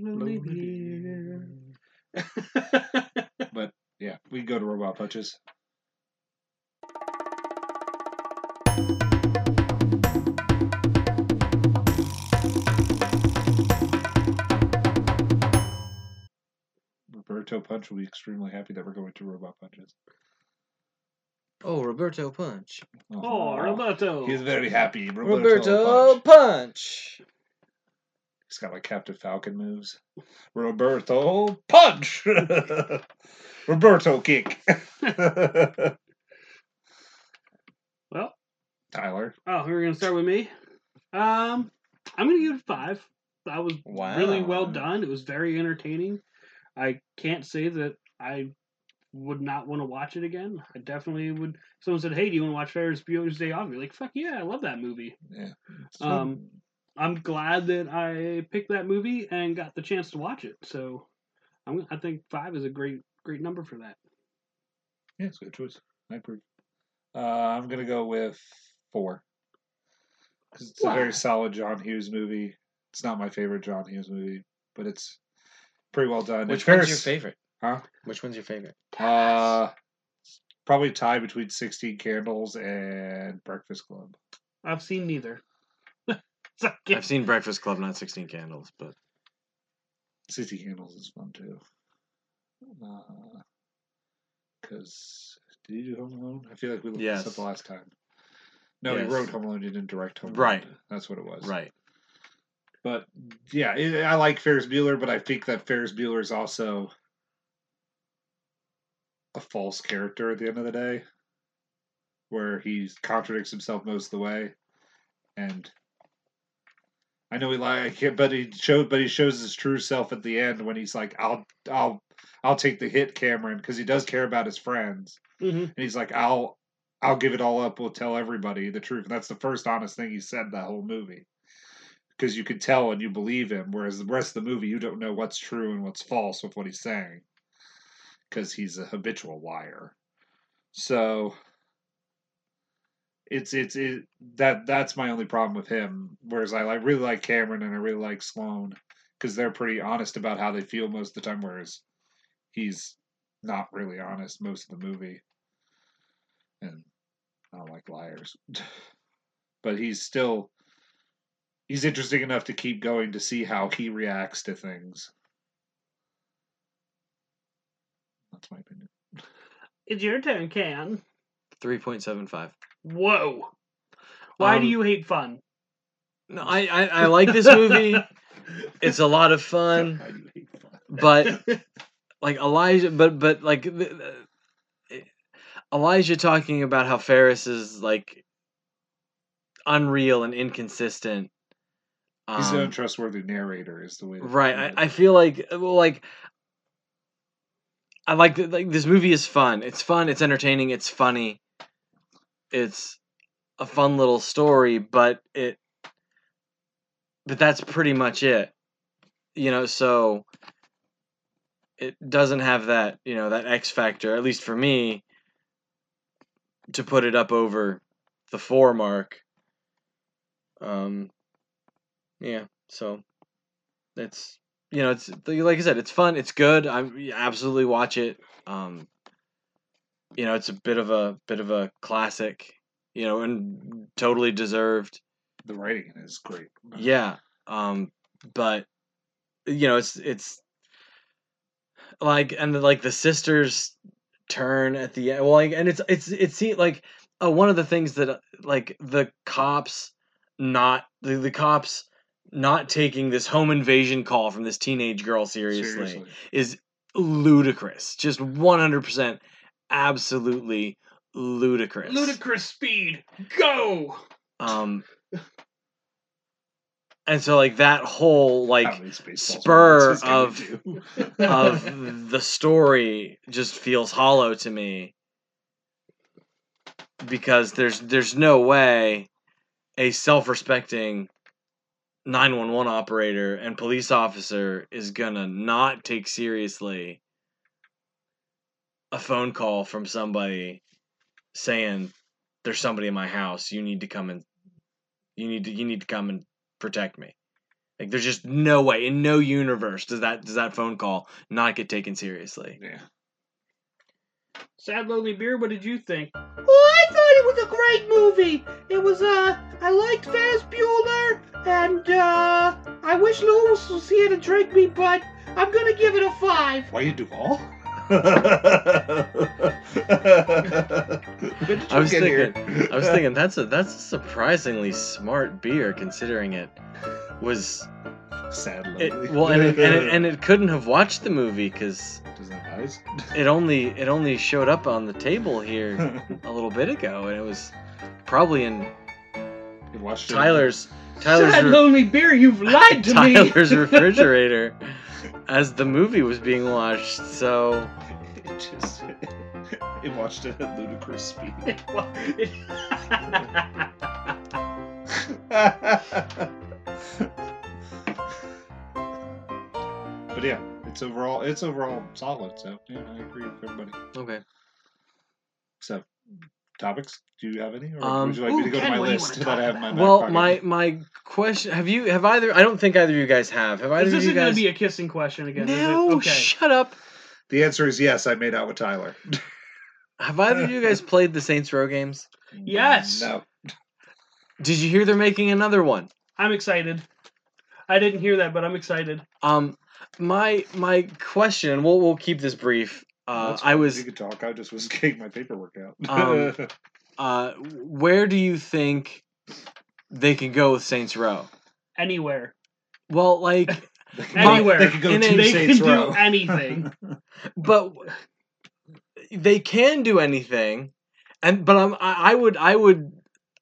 [SPEAKER 2] lonely beer.
[SPEAKER 1] Yeah, we go to robot punches. Roberto Punch will be extremely happy that we're going to robot punches.
[SPEAKER 3] Oh, Roberto Punch.
[SPEAKER 2] oh, Roberto.
[SPEAKER 1] He's very happy. Roberto,
[SPEAKER 3] Roberto
[SPEAKER 1] Punch.
[SPEAKER 3] Punch.
[SPEAKER 1] He's got like Captain Falcon moves. Roberto Punch. Roberto kick.
[SPEAKER 2] Well.
[SPEAKER 1] Tyler.
[SPEAKER 2] Oh, we're gonna start with me. Um, I'm gonna give it five. That was
[SPEAKER 3] Wow.
[SPEAKER 2] really well done. It was very entertaining. I can't say that I would not want to watch it again. I definitely would. Someone said, "Hey, do you want to watch Ferris Bueller's Day Off?" You're like, "Fuck yeah, I love that movie."
[SPEAKER 1] Yeah.
[SPEAKER 2] Um, I'm glad that I picked that movie and got the chance to watch it. So, I'm, I think five is a great, great number for that.
[SPEAKER 1] Yeah, it's a good choice. I approve. Uh, I'm gonna go with four because it's a
[SPEAKER 2] Why?
[SPEAKER 1] very solid John Hughes movie. It's not my favorite John Hughes movie, but it's pretty well done.
[SPEAKER 3] Which
[SPEAKER 1] And
[SPEAKER 3] one's your
[SPEAKER 1] Ferris-
[SPEAKER 3] favorite?
[SPEAKER 1] Huh?
[SPEAKER 3] Which one's your favorite?
[SPEAKER 1] Uh, probably tie between Sixteen Candles and Breakfast Club.
[SPEAKER 2] I've seen neither. so I can't-
[SPEAKER 3] I've seen Breakfast Club, not Sixteen Candles, but
[SPEAKER 1] Sixteen Candles is fun too. Because did you do Home Alone? I feel like we looked
[SPEAKER 3] Yes.
[SPEAKER 1] this up the last time. No, he
[SPEAKER 3] Yes.
[SPEAKER 1] wrote Home Alone. He didn't direct Home Alone.
[SPEAKER 3] Right.
[SPEAKER 1] That's what it was.
[SPEAKER 3] right.
[SPEAKER 1] But yeah, i I like Ferris Bueller, but I think that Ferris Bueller is also a false character at the end of the day, where he contradicts himself most of the way, and I know he lies, but he showed, but he shows his true self at the end when he's like, "I'll, I'll, I'll take the hit, Cameron," because he does care about his friends,
[SPEAKER 2] Mhm.
[SPEAKER 1] and he's like, "I'll, I'll give it all up. We'll tell everybody the truth." And that's the first honest thing he said that whole movie, because you could tell and you believe him. Whereas the rest of the movie, you don't know what's true and what's false with what he's saying, because he's a habitual liar. So it's it's it that that's my only problem with him. Whereas I like really like Cameron and I really like Sloan because they're pretty honest about how they feel most of the time. Whereas he's not really honest most of the movie, and I don't like liars. but he's still he's interesting enough to keep going to see how he reacts to things. That's my opinion.
[SPEAKER 2] It's your turn, Can.
[SPEAKER 3] Three point seven five.
[SPEAKER 2] Whoa. Why do
[SPEAKER 3] Um,
[SPEAKER 2] you hate fun?
[SPEAKER 3] No, I, I I like this movie. it's a lot of fun,
[SPEAKER 1] How do you hate fun?
[SPEAKER 3] but like Elijah, but but like the, the- eh, Elijah talking about how Ferris is like unreal and inconsistent.
[SPEAKER 1] He's an
[SPEAKER 3] um,
[SPEAKER 1] untrustworthy narrator, is the way. to
[SPEAKER 3] right
[SPEAKER 1] put it.
[SPEAKER 3] I, I feel like uh, well like i like that like this movie is fun it's fun it's entertaining it's funny it's a fun little story but it but that's pretty much it you know so it doesn't have that you know that x factor at least for me to put it up over the four mark um yeah so it's you know it's like I said it's fun it's good I you absolutely watch it um you know it's a bit of a bit of a classic you know and totally deserved
[SPEAKER 1] the writing in it is great.
[SPEAKER 3] yeah um but you know it's it's like and the, like the sisters turn at the end well like and it's it's it's see like uh, one of the things that uh, like the cops not the, the cops not taking this home invasion call from this teenage girl seriously is ludicrous. Just 100% absolutely ludicrous.
[SPEAKER 2] Ludicrous speed. Go.
[SPEAKER 3] Um and so like that whole like
[SPEAKER 1] How many Spaceballs
[SPEAKER 3] spur
[SPEAKER 1] moments is gonna
[SPEAKER 3] of-
[SPEAKER 1] do?
[SPEAKER 3] of the story just feels hollow to me because there's there's no way a self-respecting 911 operator and police officer is going to not take seriously a phone call from somebody saying there's somebody in my house you need to come and you need to you need to come and protect me like there's just no way in no universe does that does that phone call not get taken seriously.
[SPEAKER 1] yeah.
[SPEAKER 2] Sad Lonely Beer, what did you think?
[SPEAKER 4] Oh, I thought it was a great movie. It was, uh, I liked Ferris Bueller, and, uh, I wish Lewis was here to drink me, but I'm gonna give it a five.
[SPEAKER 1] Why you Duval?
[SPEAKER 2] Good
[SPEAKER 3] I was thinking I was thinking that's a that's a surprisingly smart beer considering it was
[SPEAKER 1] Sadly.
[SPEAKER 3] it well and it, and it, and it couldn't have watched the movie cuz
[SPEAKER 1] doesn't have eyes.
[SPEAKER 3] it only it only showed up on the table here a little bit ago and it was probably in
[SPEAKER 1] You watched it.
[SPEAKER 3] Tyler's Tyler's
[SPEAKER 2] Sad
[SPEAKER 3] re-
[SPEAKER 2] Lonely Beer, you've lied to me!
[SPEAKER 3] Tyler's refrigerator as the movie was being watched so
[SPEAKER 1] It just. It watched it at ludicrous speed. but yeah, it's overall it's overall solid. So yeah, I agree with everybody.
[SPEAKER 3] okay
[SPEAKER 1] So topics? Do you have any, or
[SPEAKER 3] Um,
[SPEAKER 1] would you like me
[SPEAKER 2] ooh,
[SPEAKER 1] to go to
[SPEAKER 2] Ken,
[SPEAKER 1] my
[SPEAKER 2] what do you
[SPEAKER 1] list
[SPEAKER 2] wanna
[SPEAKER 1] that I
[SPEAKER 2] talk
[SPEAKER 1] have in my
[SPEAKER 2] about?
[SPEAKER 1] back
[SPEAKER 3] Well,
[SPEAKER 1] pocket?
[SPEAKER 3] my my question have you have either I don't think either of you guys have. Have either
[SPEAKER 2] this
[SPEAKER 3] of you
[SPEAKER 2] isn't going
[SPEAKER 3] guys
[SPEAKER 2] to be a kissing question again,
[SPEAKER 3] No,
[SPEAKER 2] is it? Okay.
[SPEAKER 3] shut up.
[SPEAKER 1] the answer is yes. I made out with Tyler.
[SPEAKER 3] Have either of you guys played the Saints Row games?
[SPEAKER 2] Yes.
[SPEAKER 1] No.
[SPEAKER 3] Did you hear they're making another one?
[SPEAKER 2] I'm excited. I didn't hear that, but I'm excited.
[SPEAKER 3] Um my my question, and we'll we'll keep this brief. Uh,
[SPEAKER 1] That's
[SPEAKER 3] I
[SPEAKER 1] fine.
[SPEAKER 3] was
[SPEAKER 1] You could talk. I just was getting my paperwork out.
[SPEAKER 3] Um, uh, where do you think they can go with Saints Row?
[SPEAKER 2] Anywhere.
[SPEAKER 3] Well, like
[SPEAKER 1] they could go-
[SPEAKER 2] Anywhere.
[SPEAKER 1] They could go
[SPEAKER 3] In
[SPEAKER 1] two
[SPEAKER 3] a-
[SPEAKER 2] they
[SPEAKER 1] Saints
[SPEAKER 2] can
[SPEAKER 1] Row.
[SPEAKER 2] do anything.
[SPEAKER 3] but they can do anything and but I'm, I, I would i would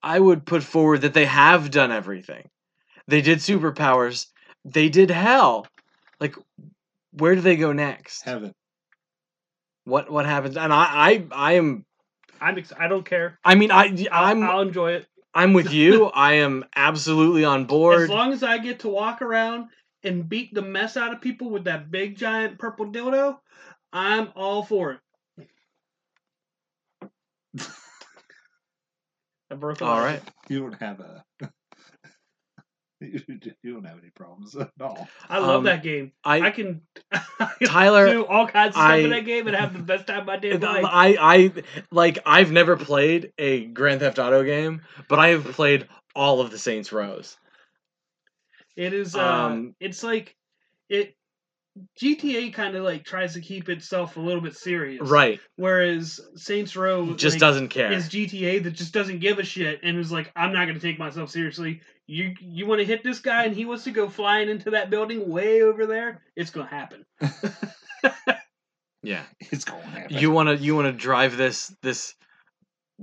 [SPEAKER 3] i would put forward that they have done everything they did superpowers they did hell like where do they go next
[SPEAKER 1] Heaven.
[SPEAKER 3] what what happens and i i i am
[SPEAKER 2] I'm ex- I don't care.
[SPEAKER 3] i mean i
[SPEAKER 2] I'll, I'm,
[SPEAKER 3] i'm
[SPEAKER 2] I'll enjoy it.
[SPEAKER 3] i'm with you i am absolutely on board
[SPEAKER 2] As long as I get to walk around and beat the mess out of people with that big giant purple dildo, I'm all for it. I broke a
[SPEAKER 3] all
[SPEAKER 2] leg.
[SPEAKER 3] right
[SPEAKER 1] You don't have a. you don't have any problems at all.
[SPEAKER 2] I love
[SPEAKER 3] Um,
[SPEAKER 2] that game. I
[SPEAKER 3] i
[SPEAKER 2] can
[SPEAKER 3] tyler
[SPEAKER 2] do all kinds of stuff in
[SPEAKER 3] I- Um,
[SPEAKER 2] that game and have the best time of my damn life.
[SPEAKER 3] I, I like i've never played a grand theft auto game but i have played all of the saints rows
[SPEAKER 2] It is. Uh,
[SPEAKER 3] Um,
[SPEAKER 2] it's like it. GTA kind of like tries to keep itself a little bit serious,
[SPEAKER 3] Right.
[SPEAKER 2] Whereas Saints Row
[SPEAKER 3] Just
[SPEAKER 2] like,
[SPEAKER 3] doesn't care.
[SPEAKER 2] is GTA that just doesn't give a shit and is like, I'm not going to take myself seriously. You you want to hit this guy and he wants to go flying into that building way over there? It's going to happen.
[SPEAKER 3] yeah.
[SPEAKER 1] It's going to happen.
[SPEAKER 3] You want to you want to drive this this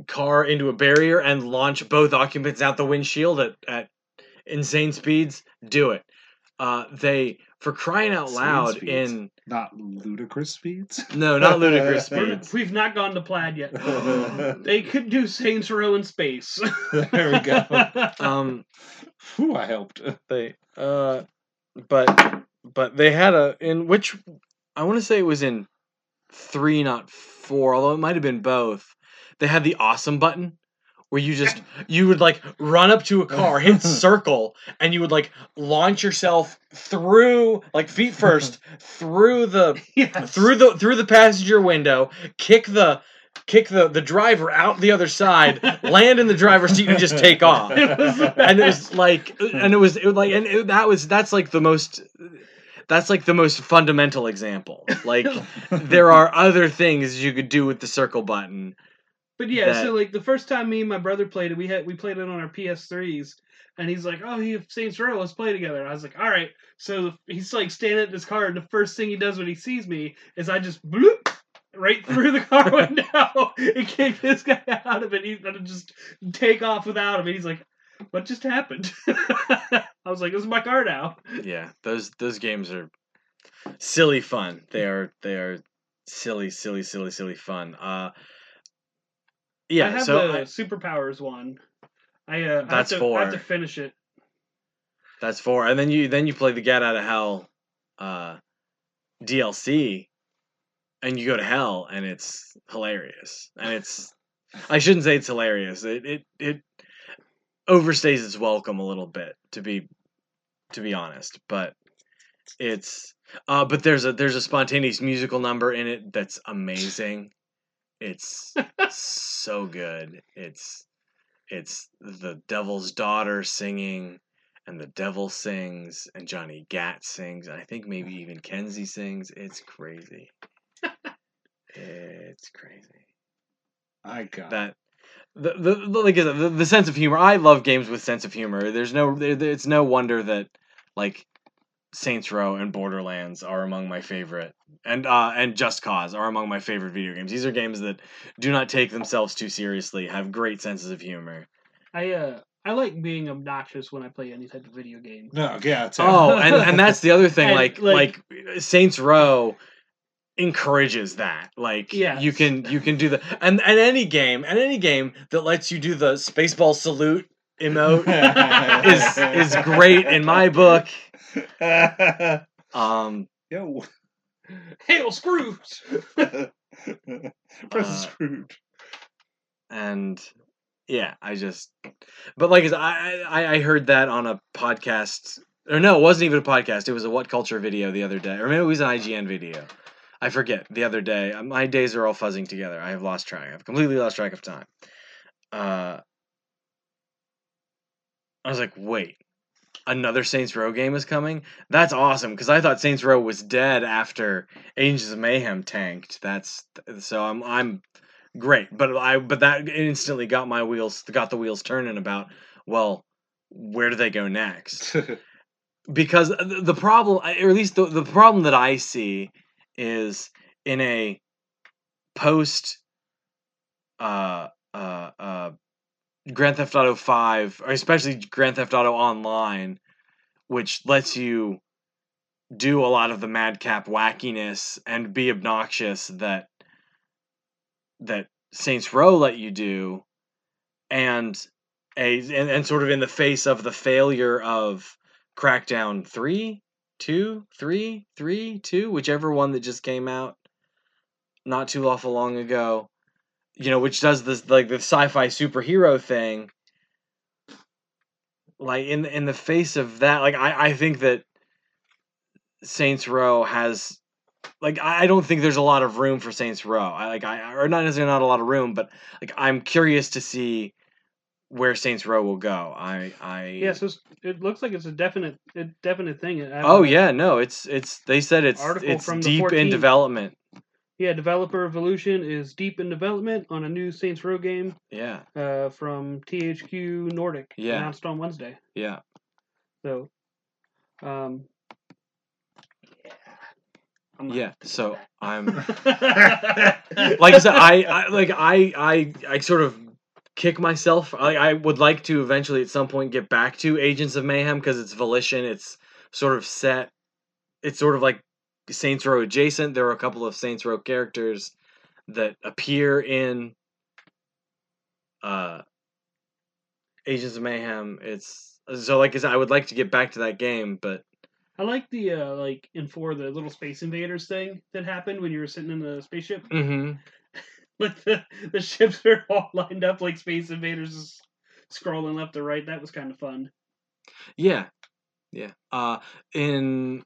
[SPEAKER 3] car into a barrier and launch both occupants out the windshield at at insane speeds? Do it. Uh they for crying out
[SPEAKER 1] Insane
[SPEAKER 3] loud
[SPEAKER 1] speeds.
[SPEAKER 3] in
[SPEAKER 1] not ludicrous speeds.
[SPEAKER 3] no, not ludicrous
[SPEAKER 2] We're-
[SPEAKER 3] speeds.
[SPEAKER 2] We've not gone to plaid yet.
[SPEAKER 1] there
[SPEAKER 2] they could do Saints Row in space.
[SPEAKER 1] we go.
[SPEAKER 3] Um
[SPEAKER 1] Whew, I helped.
[SPEAKER 3] they uh but but they had a in which I want to say it was in 3 not 4, although it might have been both. They had the awesome button where you just you would like run up to a car, hit circle, and you would like launch yourself through like feet first through the
[SPEAKER 2] yes.
[SPEAKER 3] through the through the passenger window, kick the kick the the driver out the other side, land in the driver's seat and just take off
[SPEAKER 2] It was the
[SPEAKER 3] and it was like and it was it was like and it, that was that's like the most that's like the most fundamental example like there are other things you could do with the circle button
[SPEAKER 2] But yeah,
[SPEAKER 3] that-
[SPEAKER 2] so like the first time me and my brother played it, we had we played it on our PS3s, and he's like, "Oh, you have Saints Row, let's play together." And I was like, "All right." So the, he's like standing at this car, and the first thing he does when he sees me is I just bloop right through the car window and kick this guy out of it. He's gonna just take off without him. And he's like, what just happened? I was like, this is my car now.
[SPEAKER 3] Yeah, those those games are silly fun. They are they are silly, silly, silly, silly fun. Uh,
[SPEAKER 2] I
[SPEAKER 3] yeah.
[SPEAKER 2] have
[SPEAKER 3] So
[SPEAKER 2] the
[SPEAKER 3] I-
[SPEAKER 2] superpowers one. I uh,
[SPEAKER 3] That's
[SPEAKER 2] I have to, I have to
[SPEAKER 3] four.
[SPEAKER 2] finish it.
[SPEAKER 3] that's four, and then you then you play the Get Out of Hell uh, DLC, and you go to hell, and it's hilarious, and it's I shouldn't say it's hilarious. It it it overstays its welcome a little bit to be to be honest, but it's uh but there's a there's a spontaneous musical number in it that's amazing. It's so good. It's it's the devil's daughter singing and the devil sings and Johnny Gat sings and I think maybe even Kenzie sings. It's crazy. it's crazy
[SPEAKER 1] I got
[SPEAKER 3] that the, the, the like I said, the, the sense of humor. I love games with sense of humor. There's no there, there- it's no wonder that like Saints Row and Borderlands are among my favorite and uh and Just Cause are among my favorite video games. These are games that do not take themselves too seriously, have great senses of humor.
[SPEAKER 2] I uh, I like being obnoxious when I play any type of video game.
[SPEAKER 1] No, yeah, it's
[SPEAKER 3] Oh, and and that's the other thing
[SPEAKER 2] And,
[SPEAKER 3] like,
[SPEAKER 2] like-
[SPEAKER 3] like Saints Row encourages that. Like
[SPEAKER 2] Yes.
[SPEAKER 3] you can you can do the and and any game, and any game that lets you do the spaceball salute emote is is great in my book. Um,
[SPEAKER 1] Yo,
[SPEAKER 2] Hail Scrooge!
[SPEAKER 1] press the
[SPEAKER 3] Uh,
[SPEAKER 1] screw.
[SPEAKER 3] and yeah, I just, but like I said, I I, I heard that on a podcast, or no, it wasn't even a podcast. It was a What Culture video the other day, or maybe it was an IGN video. I forget. The other day, Uh, my days are all fuzzing together. I have lost track. I've completely lost track of time. Uh, I was like, wait. Another Saints Row game is coming. That's awesome because I thought Saints Row was dead after Angels of Mayhem tanked. That's so I'm I'm great but i but that instantly got my wheels got the wheels turning about well where do they go next because th- the problem or at least the, the problem that i see is in a post uh uh uh grand theft auto 5 or especially grand theft auto online which lets you do a lot of the madcap wackiness and be obnoxious that that Saints Row let you do, and a and, and sort of in the face of the failure of Crackdown three, two, three, three, two, whichever one that just came out not too awful long ago, you know, which does this like the sci-fi superhero thing. Like in in the face of that, like I I think that Saints Row has like I I don't think there's a lot of room for Saints Row. I like I or not necessarily not a lot of room, but like I'm curious to see where Saints Row will go. I I
[SPEAKER 2] Yes, it's it looks like it's a definite, a definite thing. I have
[SPEAKER 3] Oh
[SPEAKER 2] a-
[SPEAKER 3] yeah, no, it's it's they said it's
[SPEAKER 2] Article
[SPEAKER 3] it's
[SPEAKER 2] from the
[SPEAKER 3] deep in
[SPEAKER 2] 14th.
[SPEAKER 3] development.
[SPEAKER 2] yeah. Developer Evolution is deep in development on a new Saints Row game
[SPEAKER 3] Yeah,
[SPEAKER 2] uh, from THQ Nordic,
[SPEAKER 3] Yeah.
[SPEAKER 2] announced on Wednesday.
[SPEAKER 3] yeah.
[SPEAKER 2] So, um, Oh
[SPEAKER 3] Yeah. So I'm
[SPEAKER 2] yeah.
[SPEAKER 3] like I said, I, I like I I I sort of kick myself. I, I would like to eventually at some point get back to Agents of Mayhem because it's volition. It's sort of set. It's sort of like Saints Row adjacent. There are a couple of Saints Row characters that appear in uh Agents of Mayhem. It's so like I said, I would like to get back to that game, but
[SPEAKER 2] I like the uh, like in four the little space invaders thing that happened when you were sitting in the spaceship.
[SPEAKER 3] mm-hmm.
[SPEAKER 2] Like the, the ships are all lined up like space invaders just scrolling left to right. That was kind of fun.
[SPEAKER 3] Yeah. Yeah. Uh in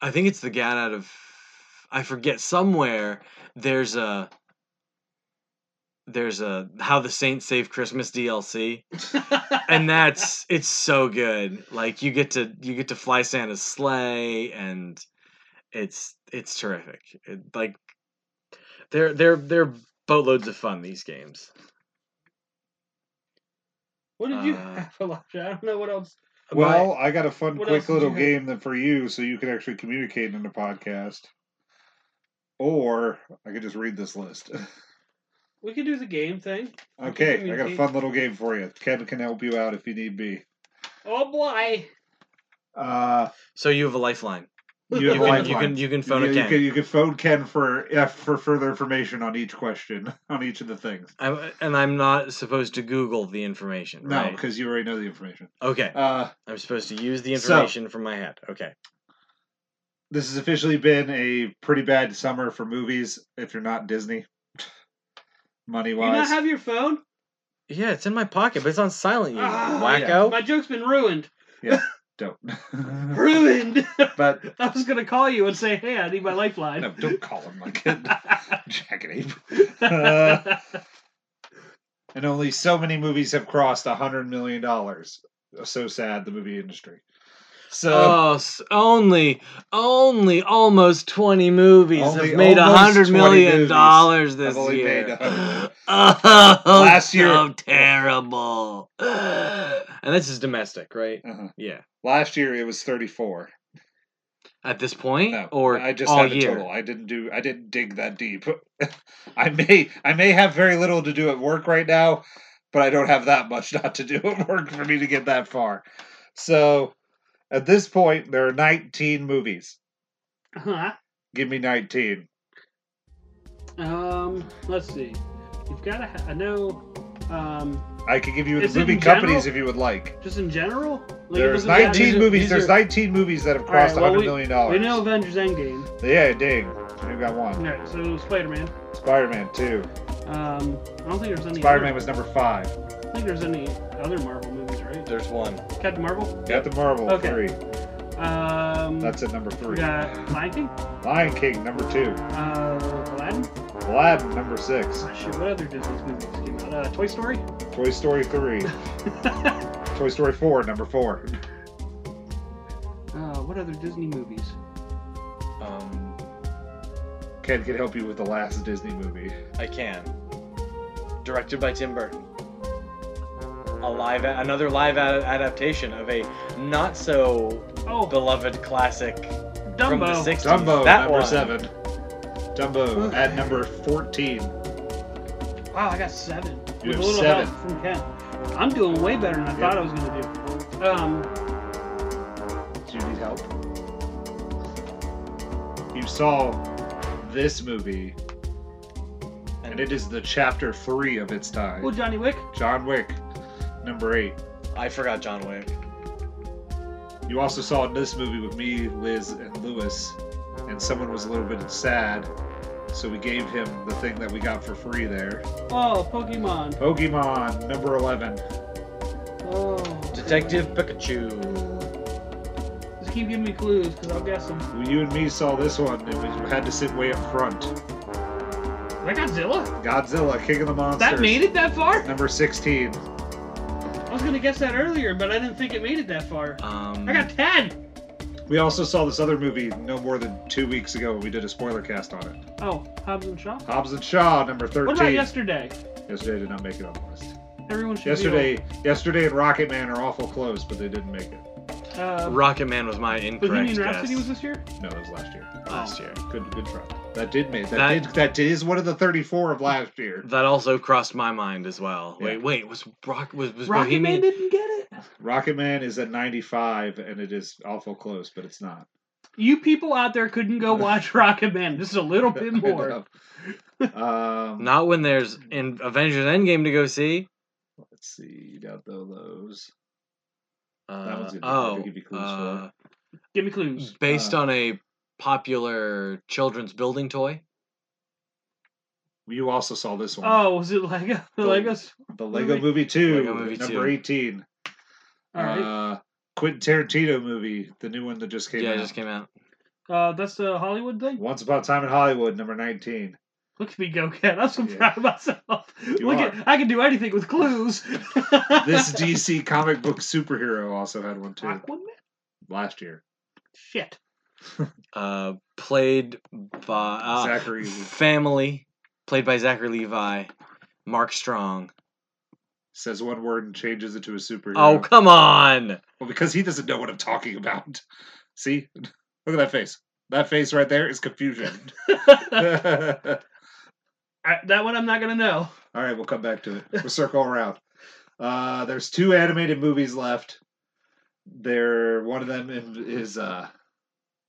[SPEAKER 3] I think it's the gat out of I forget somewhere there's a there's a how the Saints save Christmas DLC and that's it's so good. Like you get to you get to fly Santa's sleigh and it's it's terrific. It, like they're they're they're boatloads of fun these games.
[SPEAKER 2] what did you
[SPEAKER 3] Uh,
[SPEAKER 2] have, Elijah? I don't know what else.
[SPEAKER 1] well, I got a fun,
[SPEAKER 2] What else
[SPEAKER 1] quick
[SPEAKER 2] did
[SPEAKER 1] little
[SPEAKER 2] you have?
[SPEAKER 1] game that for you, so you can actually communicate in the podcast, or I could just read this list.
[SPEAKER 2] We could do the game thing.
[SPEAKER 1] Okay, I got a fun little game for you. Kevin can help you out if you need be.
[SPEAKER 2] Oh boy.
[SPEAKER 1] Uh,
[SPEAKER 3] So you have a lifeline.
[SPEAKER 1] you have
[SPEAKER 3] you,
[SPEAKER 1] a
[SPEAKER 3] can, you
[SPEAKER 1] lifeline.
[SPEAKER 3] can you can phone
[SPEAKER 1] you,
[SPEAKER 3] a
[SPEAKER 1] you
[SPEAKER 3] Ken.
[SPEAKER 1] can, you can phone Ken for yeah, for further information on each question on each of the things.
[SPEAKER 3] I'm, and I'm not supposed to Google the information,
[SPEAKER 1] No,
[SPEAKER 3] right?
[SPEAKER 1] because you already know the information.
[SPEAKER 3] Okay.
[SPEAKER 1] Uh,
[SPEAKER 3] I'm supposed to use the
[SPEAKER 1] So-
[SPEAKER 3] information from my head. Okay.
[SPEAKER 1] this has officially been a pretty bad summer for movies. If you're not Disney, money
[SPEAKER 2] You not
[SPEAKER 1] wise,
[SPEAKER 2] have your phone?
[SPEAKER 3] Yeah, it's in my pocket, but it's on silent. You
[SPEAKER 2] Ah,
[SPEAKER 3] wacko.
[SPEAKER 2] My joke's been ruined.
[SPEAKER 1] don't.
[SPEAKER 2] Ruined.
[SPEAKER 1] but
[SPEAKER 2] I was gonna call you and say, "Hey, I need my lifeline."
[SPEAKER 1] no, don't call him like a jackanape. Uh,
[SPEAKER 2] That's
[SPEAKER 1] and only so many movies have crossed a hundred million dollars. So sad, the movie industry. So
[SPEAKER 3] oh, s- only, only almost twenty movies
[SPEAKER 1] Only
[SPEAKER 3] have made a
[SPEAKER 1] almost
[SPEAKER 3] hundred
[SPEAKER 1] 20
[SPEAKER 3] million
[SPEAKER 1] movies
[SPEAKER 3] dollars this
[SPEAKER 1] have only
[SPEAKER 3] year.
[SPEAKER 1] made a hundred.
[SPEAKER 3] oh,
[SPEAKER 1] Last
[SPEAKER 3] so
[SPEAKER 1] year-
[SPEAKER 3] terrible. and this is domestic,
[SPEAKER 2] Uh,
[SPEAKER 3] right?
[SPEAKER 1] uh-huh.
[SPEAKER 3] Yeah.
[SPEAKER 1] last year it was thirty-four.
[SPEAKER 3] At this point,
[SPEAKER 1] No,
[SPEAKER 3] or
[SPEAKER 1] I just
[SPEAKER 3] all
[SPEAKER 1] have a
[SPEAKER 3] year.
[SPEAKER 1] total. I didn't do. I didn't dig that deep. I may. I may have very little to do at work right now, but I don't have that much not to do at work for me to get that far. So, at this point, there are nineteen movies.
[SPEAKER 2] huh.
[SPEAKER 1] Give me nineteen.
[SPEAKER 2] Um, let's see. You've got to. Ha- I know. Um,
[SPEAKER 1] I could give you
[SPEAKER 2] Is
[SPEAKER 1] the
[SPEAKER 2] it
[SPEAKER 1] movie
[SPEAKER 2] in
[SPEAKER 1] companies
[SPEAKER 2] general?
[SPEAKER 1] if you would like.
[SPEAKER 2] just in general. Like, it
[SPEAKER 1] There's
[SPEAKER 2] doesn't matter.
[SPEAKER 1] 19
[SPEAKER 3] these are-
[SPEAKER 1] movies.
[SPEAKER 3] these
[SPEAKER 1] There's
[SPEAKER 3] are-
[SPEAKER 1] 19 movies that have
[SPEAKER 2] All right,
[SPEAKER 1] crossed a
[SPEAKER 2] well,
[SPEAKER 1] hundred million
[SPEAKER 2] We know
[SPEAKER 1] dollars.
[SPEAKER 2] Avengers Endgame.
[SPEAKER 1] Yeah, dang. You got one.
[SPEAKER 2] Alright, so Spider Man.
[SPEAKER 1] Spider Man two.
[SPEAKER 2] Um, I don't think there's any.
[SPEAKER 1] Spider Man
[SPEAKER 2] Other,
[SPEAKER 1] was number five.
[SPEAKER 2] I don't think there's any other Marvel movies, right?
[SPEAKER 3] There's one.
[SPEAKER 2] Captain Marvel.
[SPEAKER 1] Captain Marvel
[SPEAKER 2] Okay.
[SPEAKER 1] three.
[SPEAKER 2] Um,
[SPEAKER 1] That's at number three.
[SPEAKER 2] we got Lion King.
[SPEAKER 1] Lion King number two.
[SPEAKER 2] Uh, Aladdin.
[SPEAKER 1] Aladdin number six.
[SPEAKER 2] Oh, shoot, what other Disney movies came out? Uh, Toy Story.
[SPEAKER 1] Toy Story three. Toy Story four number four.
[SPEAKER 2] Uh, what other Disney movies?
[SPEAKER 3] Um,
[SPEAKER 1] Ken can help you with the last Disney movie.
[SPEAKER 3] I can. Directed by Tim Burton. A live, another live ad- adaptation of a not so
[SPEAKER 2] Oh,
[SPEAKER 3] beloved classic
[SPEAKER 2] Dumbo.
[SPEAKER 3] from the 60s.
[SPEAKER 1] Dumbo
[SPEAKER 3] that
[SPEAKER 1] number
[SPEAKER 3] one.
[SPEAKER 1] seven. Dumbo at number fourteen.
[SPEAKER 2] Wow, I got seven.
[SPEAKER 1] You
[SPEAKER 2] with
[SPEAKER 1] have
[SPEAKER 2] a little
[SPEAKER 1] seven.
[SPEAKER 2] help from Ken. I'm doing way better than I thought I was gonna do. Um,
[SPEAKER 1] Do you need help? You saw this movie, and it is the chapter three of its time.
[SPEAKER 2] well, Johnny Wick.
[SPEAKER 1] John Wick, number eight.
[SPEAKER 3] I forgot John Wick.
[SPEAKER 1] You also saw in this movie with me, Liz, and Lewis, and someone was a little bit sad, so we gave him the thing that we got for free there.
[SPEAKER 2] Oh, Pokemon.
[SPEAKER 1] Pokemon number eleven.
[SPEAKER 2] Oh.
[SPEAKER 3] Detective Pikachu.
[SPEAKER 2] Just keep giving me clues because I'll guess them.
[SPEAKER 1] Well, you and me saw this one, and we had to sit way up front.
[SPEAKER 2] Is that Godzilla?
[SPEAKER 1] Godzilla, King of the Monsters.
[SPEAKER 2] That made it that far?
[SPEAKER 1] Number sixteen.
[SPEAKER 2] I was gonna guess that earlier, but I didn't think it made it that far.
[SPEAKER 3] Um,
[SPEAKER 2] I got ten.
[SPEAKER 1] We also saw this other movie no more than two weeks ago. We did a spoiler cast on it.
[SPEAKER 2] Oh, Hobbs and Shaw.
[SPEAKER 1] Hobbs and Shaw, number thirteen.
[SPEAKER 2] What about yesterday?
[SPEAKER 1] Yesterday did not make it on the list.
[SPEAKER 2] Everyone should
[SPEAKER 1] Yesterday, yesterday and Rocket Man are awful close, but they didn't make it.
[SPEAKER 2] Be old. Um,
[SPEAKER 3] Rocket Man was my incorrect
[SPEAKER 2] Bohemian Rhapsody was oh.
[SPEAKER 3] guess
[SPEAKER 2] this year.
[SPEAKER 1] No, that was last year.
[SPEAKER 3] last year.
[SPEAKER 1] Good, good try. That did make that,
[SPEAKER 3] That-
[SPEAKER 1] did that is one of the thirty-four of last year.
[SPEAKER 3] That also crossed my mind as well.
[SPEAKER 1] Yeah.
[SPEAKER 3] Wait, wait, was Rock was, was
[SPEAKER 2] Rocket Man
[SPEAKER 3] Bohemian?
[SPEAKER 2] didn't get it.
[SPEAKER 1] Rocket Man is at ninety-five, and it is awful close, but it's not.
[SPEAKER 2] You people out there couldn't go watch Rocket Man. Just a little bit more.
[SPEAKER 1] um,
[SPEAKER 3] Not when there's in Avengers Endgame to go see.
[SPEAKER 1] Let's see. Down below those.
[SPEAKER 3] Uh,
[SPEAKER 1] one's gonna be hard
[SPEAKER 3] oh,
[SPEAKER 1] to give you clues for.
[SPEAKER 3] uh,
[SPEAKER 2] Give me clues.
[SPEAKER 3] based
[SPEAKER 1] Uh,
[SPEAKER 3] on a popular children's building toy.
[SPEAKER 1] You also saw this one.
[SPEAKER 2] Oh, was it Lego? The Legos?
[SPEAKER 1] The Lego
[SPEAKER 2] Movie.
[SPEAKER 1] Movie Two,
[SPEAKER 3] Lego Movie
[SPEAKER 1] number
[SPEAKER 3] 2.
[SPEAKER 1] eighteen.
[SPEAKER 2] All right.
[SPEAKER 1] Uh, Quentin Tarantino movie, the new one that just came
[SPEAKER 3] yeah,
[SPEAKER 1] out.
[SPEAKER 3] it just came out.
[SPEAKER 2] Uh, that's the Hollywood thing.
[SPEAKER 1] Once Upon a Time in Hollywood, number nineteen.
[SPEAKER 2] Look at me go, Ken. I'm so
[SPEAKER 1] Yeah.
[SPEAKER 2] proud of myself. Look at I can do anything with clues.
[SPEAKER 1] This DC comic book superhero also had one too
[SPEAKER 2] Aquaman?
[SPEAKER 1] last year.
[SPEAKER 2] Shit.
[SPEAKER 3] Uh, played by uh,
[SPEAKER 1] Zachary-
[SPEAKER 3] Family, played by Zachary Levi, Mark Strong.
[SPEAKER 1] Says one word and changes it to a superhero.
[SPEAKER 3] Oh come on!
[SPEAKER 1] Well, because he doesn't know what I'm talking about. See, look at that face. That face right there is confusion.
[SPEAKER 2] I, that one I'm not gonna know.
[SPEAKER 1] All right, we'll come back to it. We'll circle around. Uh, there's two animated movies left. There, one of them in- is uh,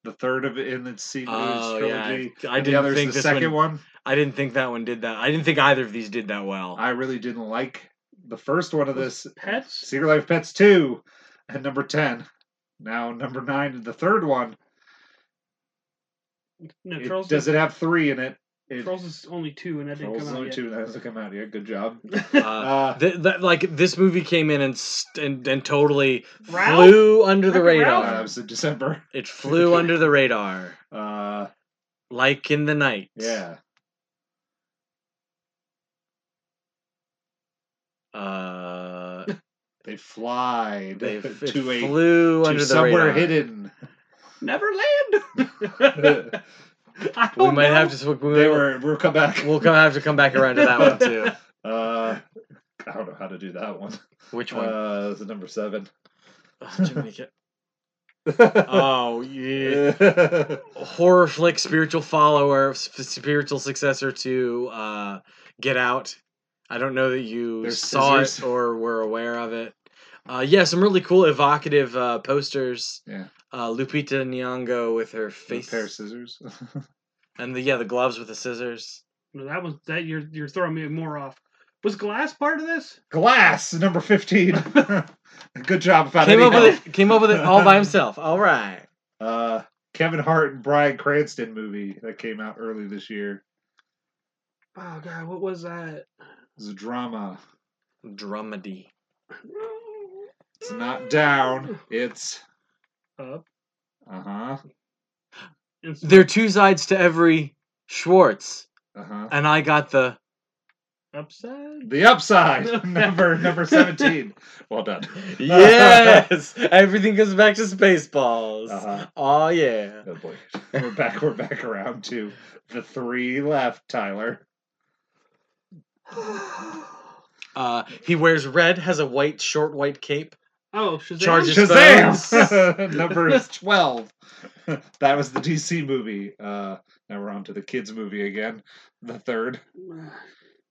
[SPEAKER 1] the third of in the Sea Moves
[SPEAKER 3] Oh, yeah.
[SPEAKER 1] trilogy.
[SPEAKER 3] I
[SPEAKER 1] and the other is
[SPEAKER 3] didn't think
[SPEAKER 1] the
[SPEAKER 3] this
[SPEAKER 1] second
[SPEAKER 3] one.
[SPEAKER 1] one.
[SPEAKER 3] I didn't think that one did that. I didn't think either of these did that well.
[SPEAKER 1] I really didn't like the first one of this
[SPEAKER 2] Pets.
[SPEAKER 1] Secret Life of Pets two and number ten. Now number nine, the third one.
[SPEAKER 2] No,
[SPEAKER 1] it-
[SPEAKER 2] Trolls.
[SPEAKER 1] does
[SPEAKER 2] is,
[SPEAKER 1] it have three in it? it
[SPEAKER 2] Trolls is only two, and that didn't
[SPEAKER 1] Trolls
[SPEAKER 2] come
[SPEAKER 1] is
[SPEAKER 2] out
[SPEAKER 1] only
[SPEAKER 2] yet.
[SPEAKER 1] two. That doesn't come out yet. Good job.
[SPEAKER 3] Uh,
[SPEAKER 1] Uh,
[SPEAKER 3] th- that, like this movie came in and st- and, and totally
[SPEAKER 2] Ralph?
[SPEAKER 3] flew under the
[SPEAKER 2] Like a
[SPEAKER 3] radar.
[SPEAKER 2] Ralph?
[SPEAKER 1] that was in December.
[SPEAKER 3] It flew under the radar,
[SPEAKER 1] Uh,
[SPEAKER 3] like in the night.
[SPEAKER 1] yeah.
[SPEAKER 3] Uh,
[SPEAKER 1] They fly
[SPEAKER 3] they
[SPEAKER 1] to
[SPEAKER 3] it
[SPEAKER 1] a
[SPEAKER 3] flew
[SPEAKER 1] to
[SPEAKER 3] under the
[SPEAKER 1] somewhere
[SPEAKER 3] radar.
[SPEAKER 1] hidden.
[SPEAKER 2] Neverland. I
[SPEAKER 3] We
[SPEAKER 2] don't
[SPEAKER 3] might
[SPEAKER 2] know.
[SPEAKER 3] have to. sw- We,
[SPEAKER 1] They were we'll come back.
[SPEAKER 3] We'll come, have to come back around to that one too.
[SPEAKER 1] Uh, I don't know how to do that one.
[SPEAKER 3] Which one?
[SPEAKER 1] Uh, it's the number seven.
[SPEAKER 3] Ugh, Jiminy Ca- oh, yeah. horror flick, spiritual follower, s- spiritual successor to uh, Get Out. I don't know that you
[SPEAKER 1] There's
[SPEAKER 3] saw
[SPEAKER 1] scissors.
[SPEAKER 3] it or were aware of it. Uh, yeah, some really cool, evocative uh, posters.
[SPEAKER 1] Yeah.
[SPEAKER 3] Uh, Lupita Nyong'o with her
[SPEAKER 1] Face.
[SPEAKER 3] face
[SPEAKER 1] pair of scissors.
[SPEAKER 3] and the yeah the gloves with the scissors.
[SPEAKER 2] No, that was that. You're you're throwing me more off. Was glass part of this?
[SPEAKER 1] Glass number fifteen. Good job about
[SPEAKER 3] Came
[SPEAKER 1] any
[SPEAKER 3] up
[SPEAKER 1] help.
[SPEAKER 3] with it. Came up with it all by himself. All right.
[SPEAKER 1] Uh, Kevin Hart and Brian Cranston movie that came out early this year.
[SPEAKER 2] Oh god, what was that?
[SPEAKER 1] It's a drama.
[SPEAKER 3] Dramedy.
[SPEAKER 1] It's not down. It's
[SPEAKER 2] Up.
[SPEAKER 1] uh huh.
[SPEAKER 2] It's-
[SPEAKER 3] There are two sides to every Schwartz,
[SPEAKER 1] Uh huh.
[SPEAKER 3] and I got the
[SPEAKER 2] upside.
[SPEAKER 1] The upside number number seventeen. Well done.
[SPEAKER 3] yes. Everything goes back to Spaceballs.
[SPEAKER 1] Uh-huh.
[SPEAKER 3] Oh yeah.
[SPEAKER 1] Oh boy. We're back. We're back around to the three left. Tyler.
[SPEAKER 2] Oh,
[SPEAKER 3] Uh, he wears red, has a white short white cape.
[SPEAKER 2] Oh, Shazam.
[SPEAKER 3] Charges- Just
[SPEAKER 1] Shazam! Number is twelve. that was the DC movie. Uh, now we're on to the kids movie again. The third.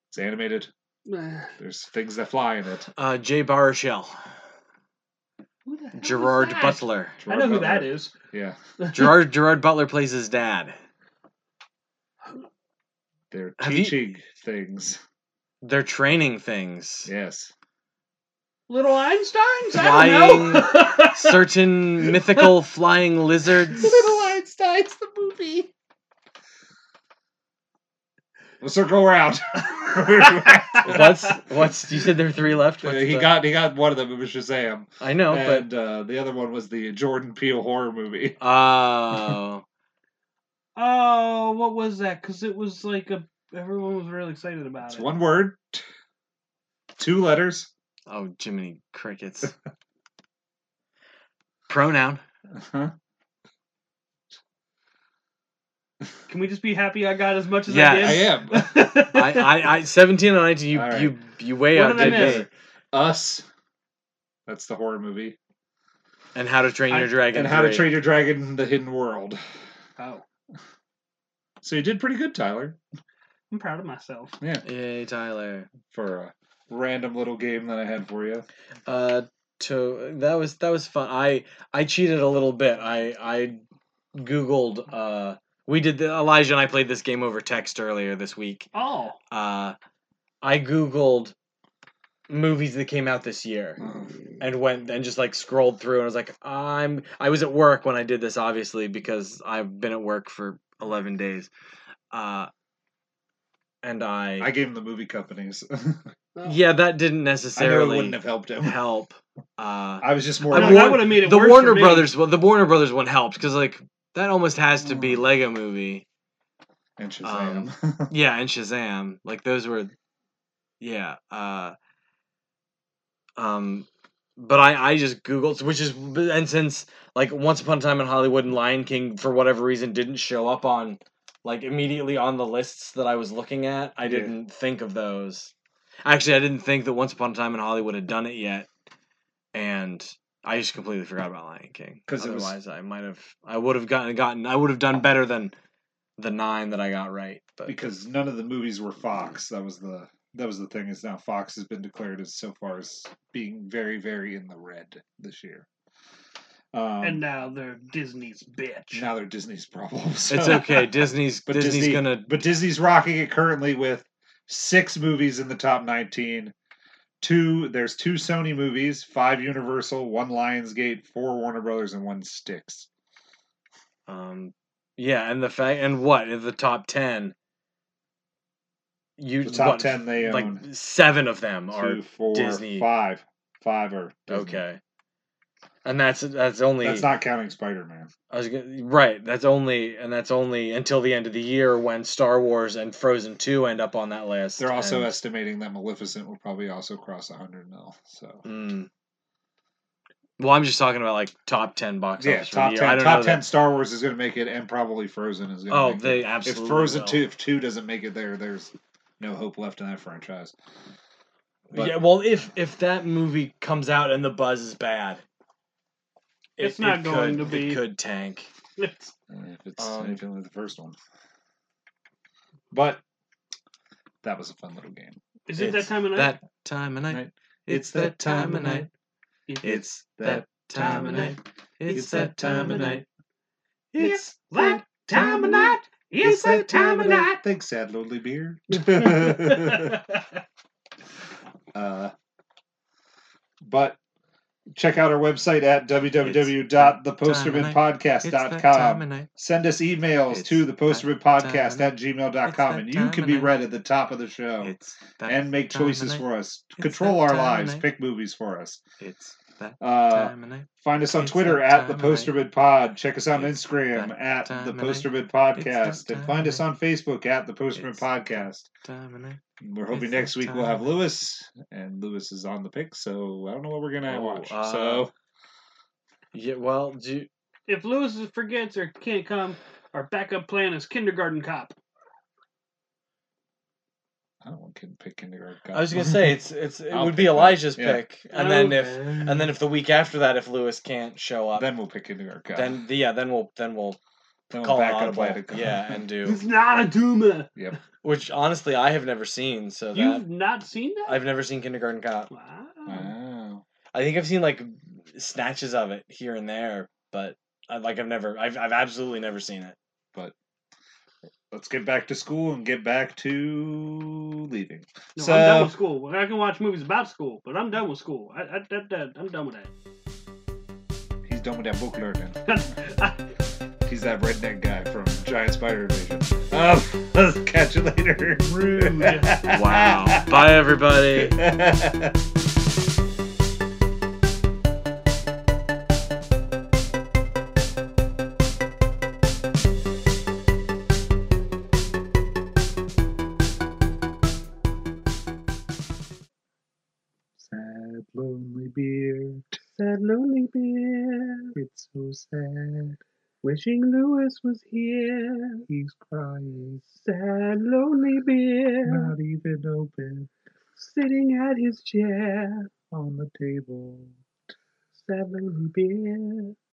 [SPEAKER 1] It's animated.
[SPEAKER 2] Who
[SPEAKER 1] There's things that fly in it.
[SPEAKER 3] Uh, Jay Baruchel,
[SPEAKER 2] the hell is
[SPEAKER 3] Gerard
[SPEAKER 2] that?
[SPEAKER 3] Butler.
[SPEAKER 2] I know who that is.
[SPEAKER 1] Yeah.
[SPEAKER 3] Gerard Gerard Butler plays his dad.
[SPEAKER 1] They're
[SPEAKER 3] Have you-
[SPEAKER 1] teaching things.
[SPEAKER 3] They're training things.
[SPEAKER 1] Yes.
[SPEAKER 2] Little Einsteins. I don't know.
[SPEAKER 3] Certain mythical flying lizards.
[SPEAKER 1] Einstein's the movie. We'll circle around.
[SPEAKER 3] What's what's you said there were three left? What's
[SPEAKER 1] Uh, he
[SPEAKER 3] the- Oh,
[SPEAKER 1] got he got one of them. It was Shazam,
[SPEAKER 3] I know,
[SPEAKER 1] and uh, the other one was the Jordan Peele horror movie.
[SPEAKER 3] but oh,
[SPEAKER 2] oh, what was that? Because it was like a everyone was really excited about
[SPEAKER 1] It's
[SPEAKER 2] it.
[SPEAKER 1] one word, two letters.
[SPEAKER 3] oh, Jiminy crickets. Pronoun.
[SPEAKER 1] Uh-huh.
[SPEAKER 2] Can we just be happy I got as much as
[SPEAKER 3] Yeah,
[SPEAKER 2] I did?
[SPEAKER 1] I am
[SPEAKER 3] I, I, I, seventeen and nineteen. You,
[SPEAKER 1] All right.
[SPEAKER 3] you, you way
[SPEAKER 2] What did I
[SPEAKER 3] outdid
[SPEAKER 2] miss?
[SPEAKER 3] me.
[SPEAKER 1] us. That's the horror movie.
[SPEAKER 3] And How to Train
[SPEAKER 2] I-
[SPEAKER 3] Your Dragon.
[SPEAKER 1] and How to
[SPEAKER 3] 3.
[SPEAKER 1] Train Your Dragon: The Hidden World.
[SPEAKER 2] Oh,
[SPEAKER 1] So you did pretty good, Tyler,
[SPEAKER 2] I'm proud of myself.
[SPEAKER 3] Yay, Tyler.
[SPEAKER 1] for a random little game that I had for you.
[SPEAKER 3] Uh, to that was that was fun. I I cheated a little bit. I I googled. Uh, we did the, Elijah and I played this game over text earlier this week.
[SPEAKER 2] Oh,
[SPEAKER 3] Uh, I googled movies that came out this year. and went and just like scrolled through and was like i'm i was at work when i did this obviously because i've been at work for 11 days uh and i,
[SPEAKER 1] I gave him the movie companies.
[SPEAKER 3] yeah that
[SPEAKER 1] I
[SPEAKER 3] didn't
[SPEAKER 1] know it
[SPEAKER 3] necessarily
[SPEAKER 1] wouldn't have helped him.
[SPEAKER 3] help uh
[SPEAKER 1] I was just more.
[SPEAKER 3] I
[SPEAKER 2] No,
[SPEAKER 3] mean,
[SPEAKER 2] that
[SPEAKER 3] War-
[SPEAKER 2] would have made it
[SPEAKER 3] the
[SPEAKER 2] worse
[SPEAKER 3] warner
[SPEAKER 2] for me.
[SPEAKER 3] brothers well the warner brothers one helped because like that almost has to be
[SPEAKER 1] Mm.
[SPEAKER 3] lego movie
[SPEAKER 1] and
[SPEAKER 3] Um,
[SPEAKER 1] Shazam.
[SPEAKER 3] yeah and shazam like those were yeah uh um but i i just googled which is and since like once upon a time in hollywood and lion king for whatever reason didn't show up on like immediately on the lists that i was looking at i
[SPEAKER 1] Yeah.
[SPEAKER 3] didn't think of those actually i didn't think that once upon a time in hollywood had done it yet and i just completely forgot about lion king
[SPEAKER 1] 'Cause it was-
[SPEAKER 3] otherwise i might have i would have gotten gotten i would have done better than the nine that I got right. But
[SPEAKER 1] because none of the movies were Fox. That was the that was the thing. Is now Fox has been declared as so far as being very very in the red this year. Um,
[SPEAKER 2] and now they're Disney's bitch.
[SPEAKER 1] now they're Disney's problems.
[SPEAKER 3] it's okay. Disney's
[SPEAKER 1] But
[SPEAKER 3] Disney's
[SPEAKER 1] Disney-
[SPEAKER 3] gonna
[SPEAKER 1] But Disney's rocking it currently with six movies in the top 19. Two, there's two Sony movies, five Universal, one Lionsgate, four Warner Brothers, and one Sticks.
[SPEAKER 3] um yeah, and the fact and what in the top ten. You
[SPEAKER 1] The top
[SPEAKER 3] what,
[SPEAKER 1] ten they
[SPEAKER 3] like
[SPEAKER 1] own.
[SPEAKER 3] seven of them are
[SPEAKER 1] two, four,
[SPEAKER 3] Disney.
[SPEAKER 1] five. Five are Disney.
[SPEAKER 3] okay, and that's that's only
[SPEAKER 1] That's not counting Spider Man.
[SPEAKER 3] I was gonna, right. That's only and that's only until the end of the year when Star Wars and Frozen Two end up on that list.
[SPEAKER 1] They're also
[SPEAKER 3] and-
[SPEAKER 1] estimating that Maleficent will probably also cross 100 mil. So
[SPEAKER 3] Mm. Well, I'm just talking about like top ten box
[SPEAKER 1] yeah,
[SPEAKER 3] office for the
[SPEAKER 1] top
[SPEAKER 3] year. I
[SPEAKER 1] ten.
[SPEAKER 3] don't
[SPEAKER 1] Top
[SPEAKER 3] know
[SPEAKER 1] ten
[SPEAKER 3] that-
[SPEAKER 1] Star Wars is going to make it, and probably Frozen is going. to
[SPEAKER 3] Oh,
[SPEAKER 1] make
[SPEAKER 3] they
[SPEAKER 1] it.
[SPEAKER 3] absolutely
[SPEAKER 1] If Frozen
[SPEAKER 3] will.
[SPEAKER 1] two if two doesn't make it there, there's no hope left in that franchise. But
[SPEAKER 3] yeah, well, if if that movie comes out and the buzz is bad, it-
[SPEAKER 2] It's not
[SPEAKER 3] it
[SPEAKER 2] going
[SPEAKER 3] could-
[SPEAKER 2] to be.
[SPEAKER 3] It could tank.
[SPEAKER 2] It's-
[SPEAKER 1] if it's
[SPEAKER 3] Um,
[SPEAKER 1] anything like the first one, but that was a fun little game.
[SPEAKER 2] Is it that
[SPEAKER 3] It's
[SPEAKER 2] time of night?
[SPEAKER 3] That time of night.
[SPEAKER 1] Night.
[SPEAKER 3] It's that time of
[SPEAKER 2] It-
[SPEAKER 3] night. It's that time of night. It's
[SPEAKER 1] It's that
[SPEAKER 3] that time
[SPEAKER 1] time of
[SPEAKER 3] of night.
[SPEAKER 4] It's that time of night. It's that time of night.
[SPEAKER 1] Thanks, sad lonely beard. uh, but check out our website at www.thepostermanpodcast.com.
[SPEAKER 3] of night.
[SPEAKER 1] Send us emails
[SPEAKER 3] It's
[SPEAKER 1] to the
[SPEAKER 3] time-
[SPEAKER 1] postermanpodcast at
[SPEAKER 3] it's
[SPEAKER 1] gmail.com
[SPEAKER 3] that
[SPEAKER 1] and you
[SPEAKER 3] time
[SPEAKER 1] can
[SPEAKER 3] of
[SPEAKER 1] be
[SPEAKER 3] night.
[SPEAKER 1] read at the top of the show
[SPEAKER 3] It's
[SPEAKER 1] and make
[SPEAKER 3] time of
[SPEAKER 1] choices
[SPEAKER 3] night.
[SPEAKER 1] for us.
[SPEAKER 3] It's
[SPEAKER 1] Control
[SPEAKER 3] that
[SPEAKER 1] our
[SPEAKER 3] time of
[SPEAKER 1] lives.
[SPEAKER 3] night.
[SPEAKER 1] Pick movies for us.
[SPEAKER 3] It's that
[SPEAKER 1] Uh,
[SPEAKER 3] time of night.
[SPEAKER 1] find us on
[SPEAKER 3] It's
[SPEAKER 1] Twitter
[SPEAKER 3] that
[SPEAKER 1] at the
[SPEAKER 3] time of night.
[SPEAKER 1] Posterbid Pod. Check us on
[SPEAKER 3] It's
[SPEAKER 1] Instagram
[SPEAKER 3] that
[SPEAKER 1] at
[SPEAKER 3] time
[SPEAKER 1] the
[SPEAKER 3] of night.
[SPEAKER 1] Posterbid
[SPEAKER 3] It's
[SPEAKER 1] Podcast
[SPEAKER 3] that
[SPEAKER 1] and find
[SPEAKER 3] time of
[SPEAKER 1] us on Facebook at the Posterbid
[SPEAKER 3] It's that-
[SPEAKER 1] Podcast.
[SPEAKER 3] Time of night.
[SPEAKER 1] We're hoping
[SPEAKER 3] It's
[SPEAKER 1] next
[SPEAKER 3] that
[SPEAKER 1] week we'll
[SPEAKER 3] time
[SPEAKER 1] have
[SPEAKER 3] of night.
[SPEAKER 1] Lewis, and Lewis is on the pick, so I don't know what we're gonna
[SPEAKER 3] Oh,
[SPEAKER 1] watch.
[SPEAKER 3] uh,
[SPEAKER 1] so
[SPEAKER 3] Yeah, well, do you-
[SPEAKER 2] if Lewis forgets or can't come, our backup plan is kindergarten cop.
[SPEAKER 1] I don't want kid pick kindergarten.
[SPEAKER 3] I was gonna say it's it's it
[SPEAKER 1] I'll
[SPEAKER 3] would be
[SPEAKER 1] pick that.
[SPEAKER 3] Elijah's
[SPEAKER 1] Yeah.
[SPEAKER 3] pick, and then
[SPEAKER 2] Oh,
[SPEAKER 3] if and then if the week after that, if Lewis can't show up,
[SPEAKER 1] then we'll pick kindergarten. Cop.
[SPEAKER 3] then yeah, then we'll then we'll
[SPEAKER 1] then
[SPEAKER 3] call an
[SPEAKER 1] back up
[SPEAKER 3] audible,
[SPEAKER 1] later.
[SPEAKER 3] yeah, and do
[SPEAKER 2] it's not a Duma.
[SPEAKER 1] yep.
[SPEAKER 3] which honestly I have never seen. So that
[SPEAKER 2] You've not seen that?
[SPEAKER 3] I've never seen Kindergarten Cop.
[SPEAKER 2] Wow.
[SPEAKER 1] Wow.
[SPEAKER 3] I think I've seen like snatches of it here and there, but I, like I've never I've I've absolutely never seen it.
[SPEAKER 1] Let's get back to school and get back to leaving.
[SPEAKER 2] No,
[SPEAKER 1] so
[SPEAKER 2] I'm done with school. I can watch movies about school, but I'm done with school. I, I, that, that, I'm done with
[SPEAKER 1] he's done with that book learning.
[SPEAKER 2] that.
[SPEAKER 1] He's that redneck guy from Giant Spider Invasion. Um, let's catch you later.
[SPEAKER 3] Wow! Bye everybody.
[SPEAKER 1] Sad lonely beard.
[SPEAKER 2] Sad lonely bear,
[SPEAKER 1] It's so sad.
[SPEAKER 2] wishing Lewis was here.
[SPEAKER 1] He's crying.
[SPEAKER 2] Sad lonely bear,
[SPEAKER 1] Not even open
[SPEAKER 2] sitting at his chair.
[SPEAKER 1] on the table.
[SPEAKER 2] Sad lonely bear.